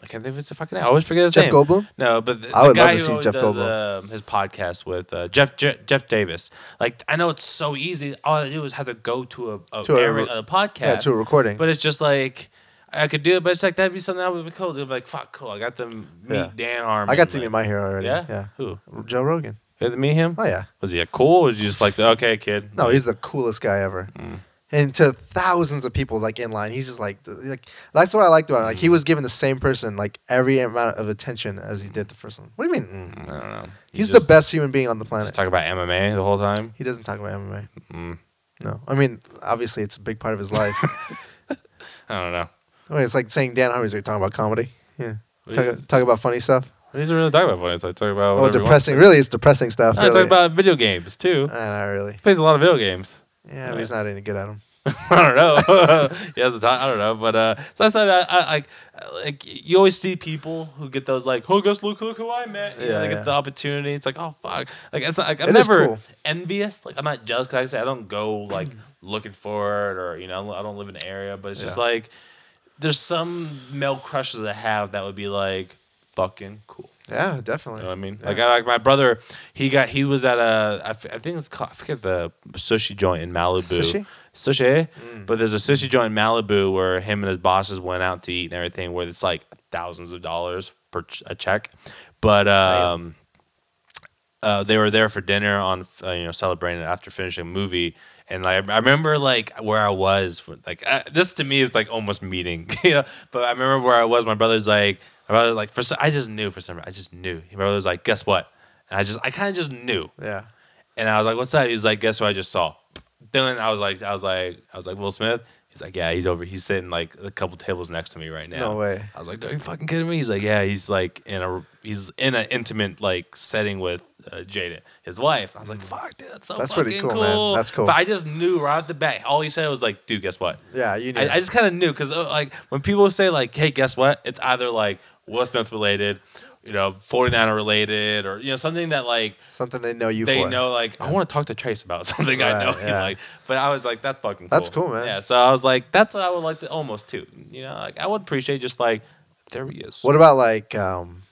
I can't think of his fucking name. I always forget his Jeff name. Goldblum. No, but the, I the would love guy who to see always Jeff does Goldblum. um, his podcast with uh, Jeff, Jeff Jeff Davis. Like I know it's so easy. All I do is have to go to a, a, To a- area- a podcast. Yeah, to a recording. But it's just like I could do it, but it's like that'd be something that would be cool. They'd be like, "Fuck, cool! I got to meet Yeah. Dan Harmon." I got to like, meet my hero already. yeah, Yeah. Who? Joe Rogan. You got to meet him? Oh yeah. Was he a cool? Or was he just like, the, okay, kid? No, he's the coolest guy ever. Mm. And to thousands of people like in line, he's just like th- like that's what I liked about it. Like Mm. he was giving the same person like every amount of attention as he did the first one. What do you mean? mm? I don't know. You He's just- the best human being on the Just planet. talk about MMA the whole time. He doesn't talk about MMA. Mm. No, I mean obviously it's a big part of his *laughs* life. I don't know. I mean, it's like saying Dan Harmon's like talking about comedy. Yeah, What talk, is- talk about funny stuff. He doesn't really talk about funny stuff. Talk about oh, whatever you want. depressing. Really, it's depressing stuff. No, he Really. talks about video games too. Uh, not really. He plays a lot of video games. *laughs* Yeah, but he's not any good at them. I don't know. *laughs* he has a time. I don't know, but uh, so that's not I, I, like like you always see people who get those like, oh, guess look, look who I met. You know, Yeah, they yeah. get the opportunity. It's like, oh fuck, like it's not like I'm It is never cool. envious. Like I'm not jealous because I say I don't go *clears throat* like looking for it or you know I don't live in the area, but it's just Yeah. like there's some male crushes I have that would be like fucking cool. Yeah, definitely. You know what I mean? Yeah. Like, I, like my brother, he got he was at a I, f- I think it's called I forget the sushi joint in Malibu. Sushi? Mm. Sushi? eh? But there's a sushi joint in Malibu where him and his bosses went out to eat and everything, where it's like thousands of dollars per ch- a check. But um, uh, they were there for dinner on uh, you know celebrating after finishing a movie. And I, I remember like where I was, like uh, this to me is like almost meeting, *laughs* you know. But I remember where I was. My brother's like, my brother like for some, I just knew for some reason. I just knew. My brother was like, guess what? And I just I kind of just knew. yeah. And I was like, "What's up?" He's like, "Guess what I just saw." Then I was like, "I was like, I was like Will Smith." He's like, "Yeah, he's over. He's sitting like a couple tables next to me right now." No way. I was like, "Are you fucking kidding me?" He's like, "Yeah, he's like in a he's in an intimate like setting with uh, Jada, his wife." I was like, "Fuck, dude, that's so Mm. That's fucking pretty cool, cool, man. That's cool. But I just knew right off the bat. All he said was like, "Dude, guess what?" Yeah, you knew. I, I just kind of knew because like when people say like, "Hey, guess what?" It's either like Will Smith related, you know, 49er related, or you know something that like Something they know you they for. know like I want to talk to Chase about *laughs* something I Right, know. he yeah. Like, but I was like, that's fucking. Cool. That's cool, man. Yeah, so I was like, that's what I would like to almost too. You know, like I would appreciate just like there he is. What about like um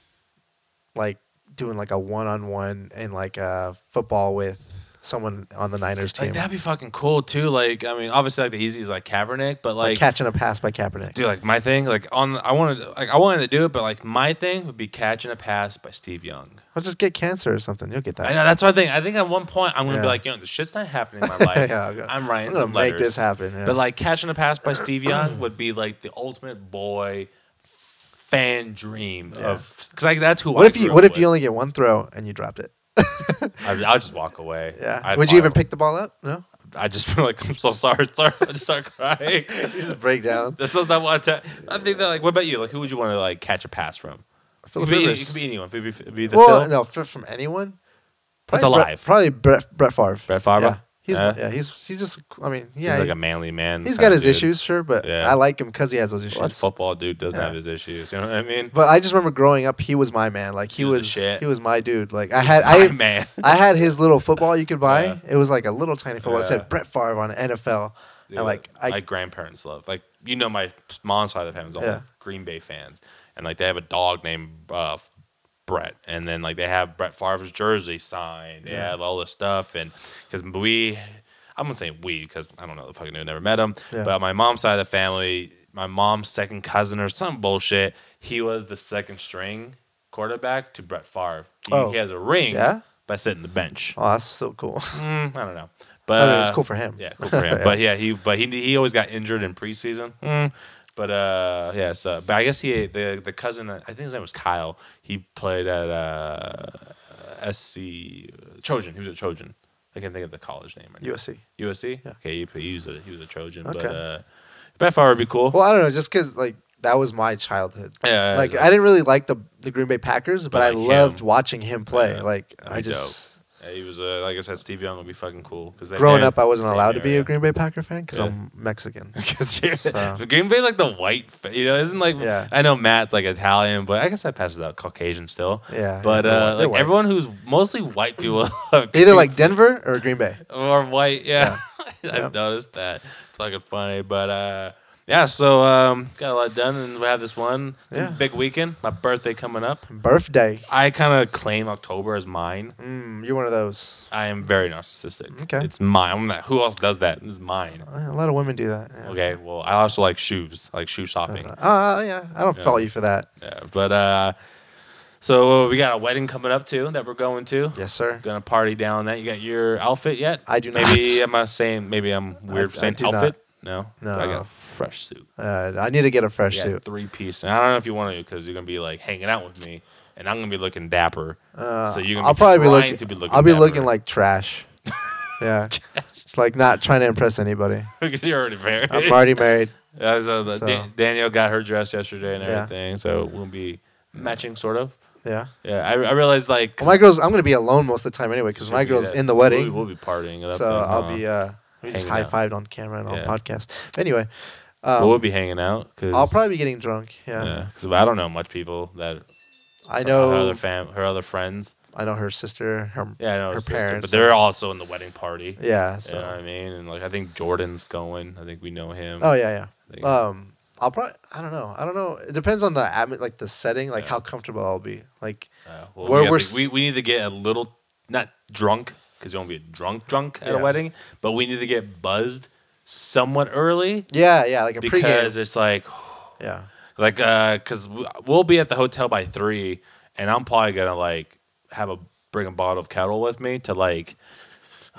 like doing like a one on one in like uh football with someone on the Niners team? like that'd be fucking cool too. Like I mean, obviously like the easy is like Kaepernick, but Like like. catching a pass by Kaepernick. Dude, like my thing, like on, I wanted, like I wanted to do it, but like my thing would be catching a pass by Steve Young. I'll just get cancer or something. You'll get that. I know that's what I think. I think at one point I'm gonna be Yeah. like, you know, the shit's not happening in my life. *laughs* Yeah, I'm gonna- I'm I'm writing gonna some make letters. this happen. yeah. But like catching a pass *clears throat* by Steve Young would be like the ultimate boy fan dream Yeah. of because like that's who. what I if you grew what up if you with. only get one throw and you dropped it? I, I'll just walk away. Yeah. I'd Would you even probably- pick the ball up? *laughs* No. I just be like, I'm so sorry, sorry. I just start crying. You just break down. This is not what I, ta- I think that like. What about you? Like, who would you want to like catch a pass from? It Philip could be, any- it Rivers. could be anyone. It could be, it could be the well, Phil. no, fr- from anyone. That's Probably Brett- alive. Probably Brett, Brett Favre. Brett Favre? Yeah. He's, Yeah. yeah. he's he's just. I mean, Seems yeah, like he, a manly man. has kinda got his dude. issues, sure, but Yeah. I like him because he has those Well, that issues. football dude doesn't Yeah. have his issues. You know what I mean? But I just remember growing up, he was my man. Like he, He was the was, shit. he was my dude. Like I had My I man. I had his little football you could buy. Yeah. It was like a little tiny football. It Yeah. said Brett Favre on it, NFL, Dude, and like *laughs* I my grandparents love like you know my mom's side of the family is all Yeah. Green Bay fans, and like they have a dog named uh, Brett, and then like they have Brett Favre's jersey signed. They Yeah. have all this stuff, and because we, I'm gonna say we because I don't know the fucking dude, never met him, Yeah. but my mom's side of the family, my mom's second cousin or some bullshit, he was the second string quarterback to Brett Favre. He, Oh. he has a ring Yeah? by sitting the bench. oh that's so cool. *laughs* Mm, I don't know, I but mean, it's uh, cool for him. yeah, cool for *laughs* him. But yeah, he but he he always got injured in preseason. Mm. But uh, yeah, so but I guess he the the cousin I think his name was Kyle. He played at uh, SC Trojan. He was a Trojan. I can't think of the college name. Right now. USC. USC. Yeah. Okay, he, he was a he was a Trojan. But Okay. uh, Brett Favre would be cool. Well, I don't know, just because like that was my childhood. yeah, Like yeah. I didn't really like the the Green Bay Packers, but I like loved him. watch watching him play. Yeah. like That'd I be just Yeah, he was, uh, like I said, Steve Young would be fucking cool. Cause they Growing had up, I wasn't same allowed to be area. a Green Bay Packer fan because Yeah. I'm *laughs* Mexican. Because you're So- but Green Bay, like the white, fa- you know, isn't like Yeah. I know Matt's like Italian, but I guess that passes out Caucasian still. Yeah, But they're white- uh, they're like white. everyone who's mostly white people, *laughs* are Either like Denver or Green Bay. or white. Yeah, *laughs* I've Yeah. noticed that. It's fucking funny, but uh, yeah. So um, got a lot done, and we have this one Yeah. big weekend. My birthday coming up. Birthday. I kind of claim October as mine. Mm, you're one of those. I am very narcissistic. Okay. it's mine. I'm not, who else does that? It's mine. Uh, A lot of women do that. yeah. Okay. Well, I also like shoes, I like shoe shopping. Uh, yeah, I don't Yeah. follow you for that. Yeah, but uh, so uh, we got a wedding coming up too that we're going to. Yes, sir. Gonna party down that. You got your outfit yet? I do Maybe not. I'm not saying. Maybe I'm weird I- for I saying do not. outfit. No, No. I got a fresh suit. Uh, I need to get a fresh yeah, suit. three piece. And I don't know if you want to because you're gonna be like hanging out with me, and I'm gonna be looking dapper. Uh, so you're gonna I'll be probably be trying looking. to be looking. I'll be dapper. looking like trash. yeah, like not trying to impress anybody. *laughs* 'Cause you're already married. *laughs* I'm already married. Yeah, so the- So- Dan- Danielle got her dress yesterday and Yeah. everything, so we'll be matching sort of. Yeah. Yeah, I, I realized like Well, Oh my girl's. I'm gonna be alone most of the time anyway because my Should be girl's that- in the We'll, wedding. we'll be partying. It up so then, I'll huh? be. Uh, we just high hanging out. fived on camera and on Yeah. podcast. Anyway, Well, we'll um, be hanging out because I'll probably be getting drunk. Yeah, because I don't know much people that I her know. other fam her other friends. I know her sister. Her Yeah, I know her, Her sister, parents but they're also in the wedding party. yeah. You So. know what I mean? And like I think Jordan's going. I think we know him. Oh yeah, I think- yeah. Um, I'll probably. I don't know. I don't know. It depends on the atmo- like the setting, like Yeah. how comfortable I'll be. Like Uh, well, where we, gotta we're be- s- we we need to get a little not drunk because you won't be drunk drunk at a Yeah. wedding, but we need to get buzzed somewhat early yeah, yeah, like a because pregame. it's like Yeah, like because we'll be at the hotel by three and i'm probably gonna like have a bring a bottle of kettle with me to like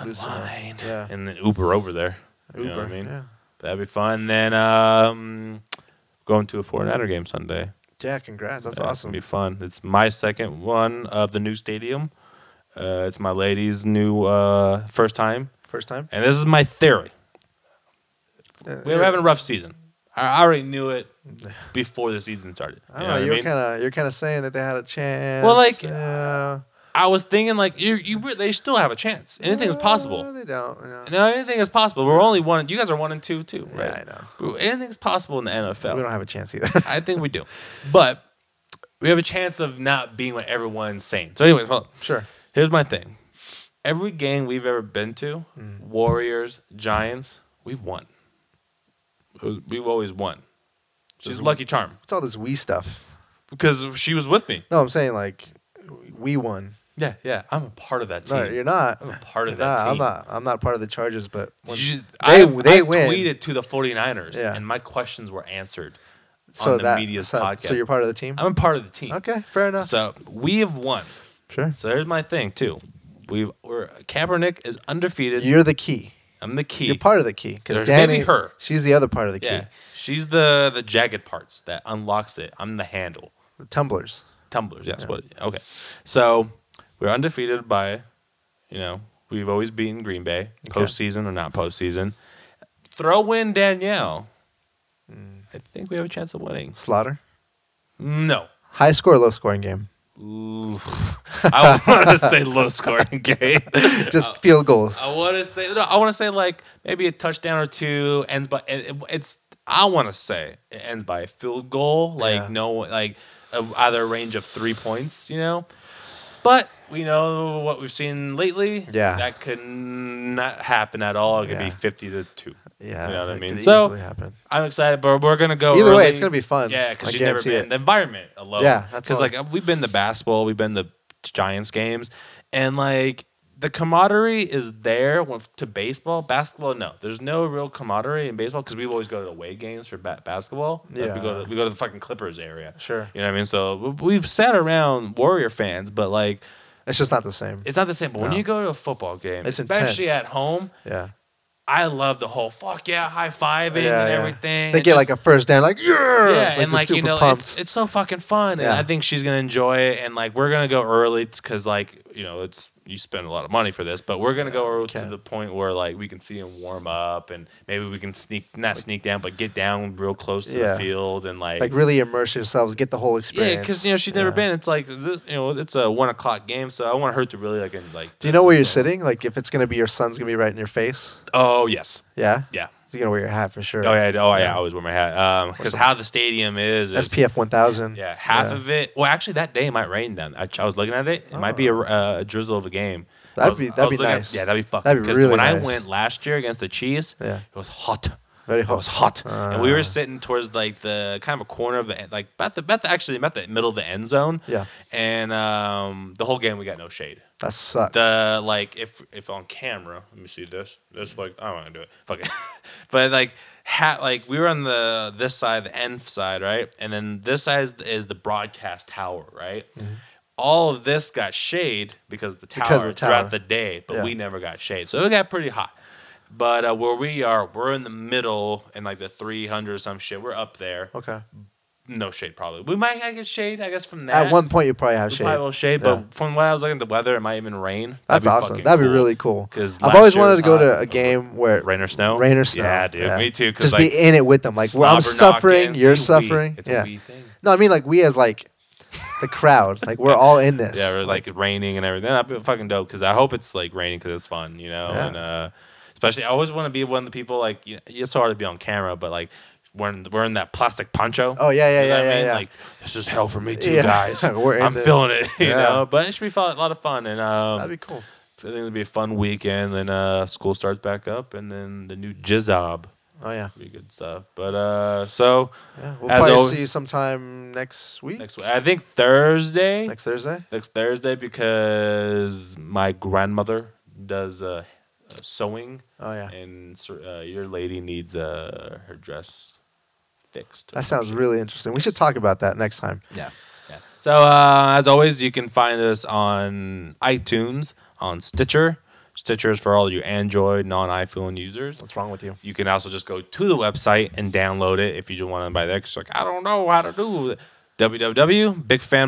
Loosen up, unwind yeah. and then uber over there Uber. you know what i mean Yeah, that'd be fun then um going to a four nighter game sunday yeah. Congrats. That's Yeah, it's awesome. gonna be fun it's my second one of the new stadium uh, it's my lady's new uh, first time First time. and this is my theory Uh, we were you're- having a rough season i I already knew it before the season started I You don't know know. what You're mean? kind of you're kind of saying that they had a chance. like, yeah. I was thinking like you, you re- they still have a chance. Anything is Yeah, possible. They don't. Yeah. No, anything is possible. We're only one. You guys are one and two too, Yeah, right? I know. Bro, Anything's possible in the NFL. We don't have a chance either. *laughs* I think we do, but we have a chance of not being what everyone's saying. So anyway, hold on. sure. here's my thing. Every game we've ever been to, Warriors, Giants, we've won. It was- We've always won. She's a lucky charm It's all this we stuff. because she was with me. No, I'm saying like we won. Yeah, yeah. I'm a part of that team. No, you're not. I'm a part of You're that not. I'm team. not. I'm not part of the Chargers, but when You should- they I've- they I've win. tweeted to the 49ers, Yeah. and my questions were answered so on the that, media's so, podcast. So you're part of the team. I'm a part of the team. Okay, fair enough. So we have won. sure. So there's my thing too. We've we're Kaepernick is undefeated. You're the key. I'm the key. You're part of the key because There's maybe Danny, her. she's the other part of the key. yeah, she's the the jagged parts that unlocks it. I'm the handle. The tumblers. Tumblers. Yes. What? Okay. So we're undefeated by, you know, we've always beaten Green Bay Okay. postseason or not postseason. Throw in Danielle. I think we have a chance of winning. Slaughter. No. High score, low scoring game. Ooh. *laughs* I want to say low scoring *laughs* game. Just field goals. Uh, I want to say no. I want to say like maybe a touchdown or two ends by. It, it- it's I want to say it ends by a field goal. Like Yeah. no, like of either range of three points. You know, but we know what we've seen lately. Yeah. that could not happen at all. It could be Yeah. fifty to two. yeah, you know what I that mean? could So- easily happen. I'm excited, but we're gonna go. Either way, early. it's gonna be fun. Yeah, I because you've never guarantee been it. the environment alone. Yeah, that's because all. like we've been to basketball, we've been to Giants games, and like the camaraderie is there when, to baseball. Basketball, no, there's no real camaraderie in baseball because we always go to away games for ba- basketball. Like, we go Yeah. to we go to the fucking Clippers area. Sure. you know what I mean. So w- we've sat around Warrior fans, but like It's just not the same. it's not the same. But when No. you go to a football game, It's especially intense. at home. Yeah. I love the whole fuck yeah, high fiving yeah, and yeah. everything. They and get just- like a first down, like yeah, yeah, It's, and just like you super know, pumped. it's it's so fucking fun, and Yeah. I think she's gonna enjoy it. And like we're gonna go early because like you know it's you spend a lot of money for this, but we're gonna go to Okay. the point where like we can see him warm up, and maybe we can sneak not sneak down, but get down real close to Yeah. the field and like. Like really immerse yourselves, get the whole yeah, experience. because you know she's never Yeah. been. It's like this, you know it's a one o'clock game, so I want her to really like and like. Do you know where you're this is- sitting? Like if it's gonna be your son's gonna be right in your face. Oh yes, Yeah. yeah. You're gonna wear your hat for sure. Oh yeah, oh yeah. Yeah. I always wear my hat because the- how the stadium is, is SPF 1000. Yeah, half of it. Well, actually, that day it might rain. Then I, I was looking at it. It might be a, uh, a drizzle of a game. I Oh. That'd was- be- I that'd was be looking at- nice. yeah, that'd be fucking. That'd be 'cause really when I nice. went last year against the Chiefs, Yeah. it was hot. Very It hot. was hot, and we Uh. were sitting towards like the kind of a corner of the like about the, about the actually about the middle of the end zone. Yeah. and um, the whole game we got no shade. That sucks. The like if if on camera, let me see this. This like I'm not gonna do it. Fuck it. *laughs* but like hat like we were on the this side, the end side, right? And then this side is, is the broadcast tower, right? All of this got shade because the tower, Mm-hmm. Because of the tower. throughout the day, but Yeah. we never got shade, so it got pretty hot. But uh, where we are, we're in the middle, and like the 300 or some shit, we're up there. okay. No shade, probably. We might get shade, I guess, from that. At one point you probably have We shade. probably will shade, Yeah. but from what I was looking at the weather, it might even rain. That's awesome. That'd be really cool. 'Cause I've last always year wanted was to go to hot. a game where rain or snow. rain or snow. Yeah, dude. Yeah. Me too. Because Just like, be in it with them. Like well, I'm slobber knock suffering, in. you're It's a wee- suffering. It's yeah. a wee thing. No, I mean like we as like the crowd. Like we're all in this. Yeah, or like raining and everything. That'd be fucking dope. Because I hope it's like raining because it's fun, you know. Yeah. And uh, especially, I always want to be one of the people like you it's hard to be on camera, but like wearing wearing that plastic poncho. Oh, yeah, You yeah, know what yeah, I yeah, mean? yeah. Like this is hell for me too, Yeah. guys. *laughs* We're in I'm this. feeling it, *laughs* you Yeah. know. But it should be fun, a lot of fun, and um, That'd be cool. So I think it'll be a fun weekend. Then uh, school starts back up, and then the new jizzob. Oh yeah. Be good stuff. But uh, so Yeah. We'll As probably always- see you sometime next week. next week, I think Thursday. Next, Next Thursday. Thursday because my grandmother does uh, sewing, Oh yeah. and sir- uh, your lady needs uh, her dress fixed. That sounds really interesting. We should talk about that next time. Yeah. yeah. So, uh, as always, you can find us on iTunes, on Stitcher. Stitcher is for all you Android, non iPhone users. What's wrong with you? You can also just go to the website and download it if you just want to buy that. Because like, I don't know how to do it.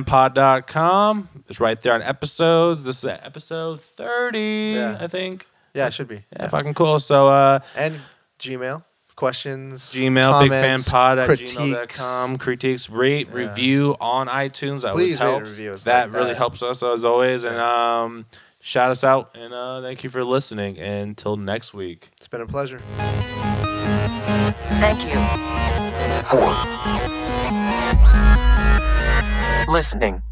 www.bigfanpod.com. It's right there on episodes. This is episode 30, Yeah. I think. Yeah, it should be. Yeah, fucking cool. So, uh, And Gmail questions. Gmail, comments, bigfanpod at critiques. gmail.com. Critiques, rate, Yeah. review on iTunes. That always Please rate and helps. review us that like really that. helps us as always. And um, shout us out. And uh, thank you for listening. And until next week. It's been a pleasure. Thank you. four. Listening.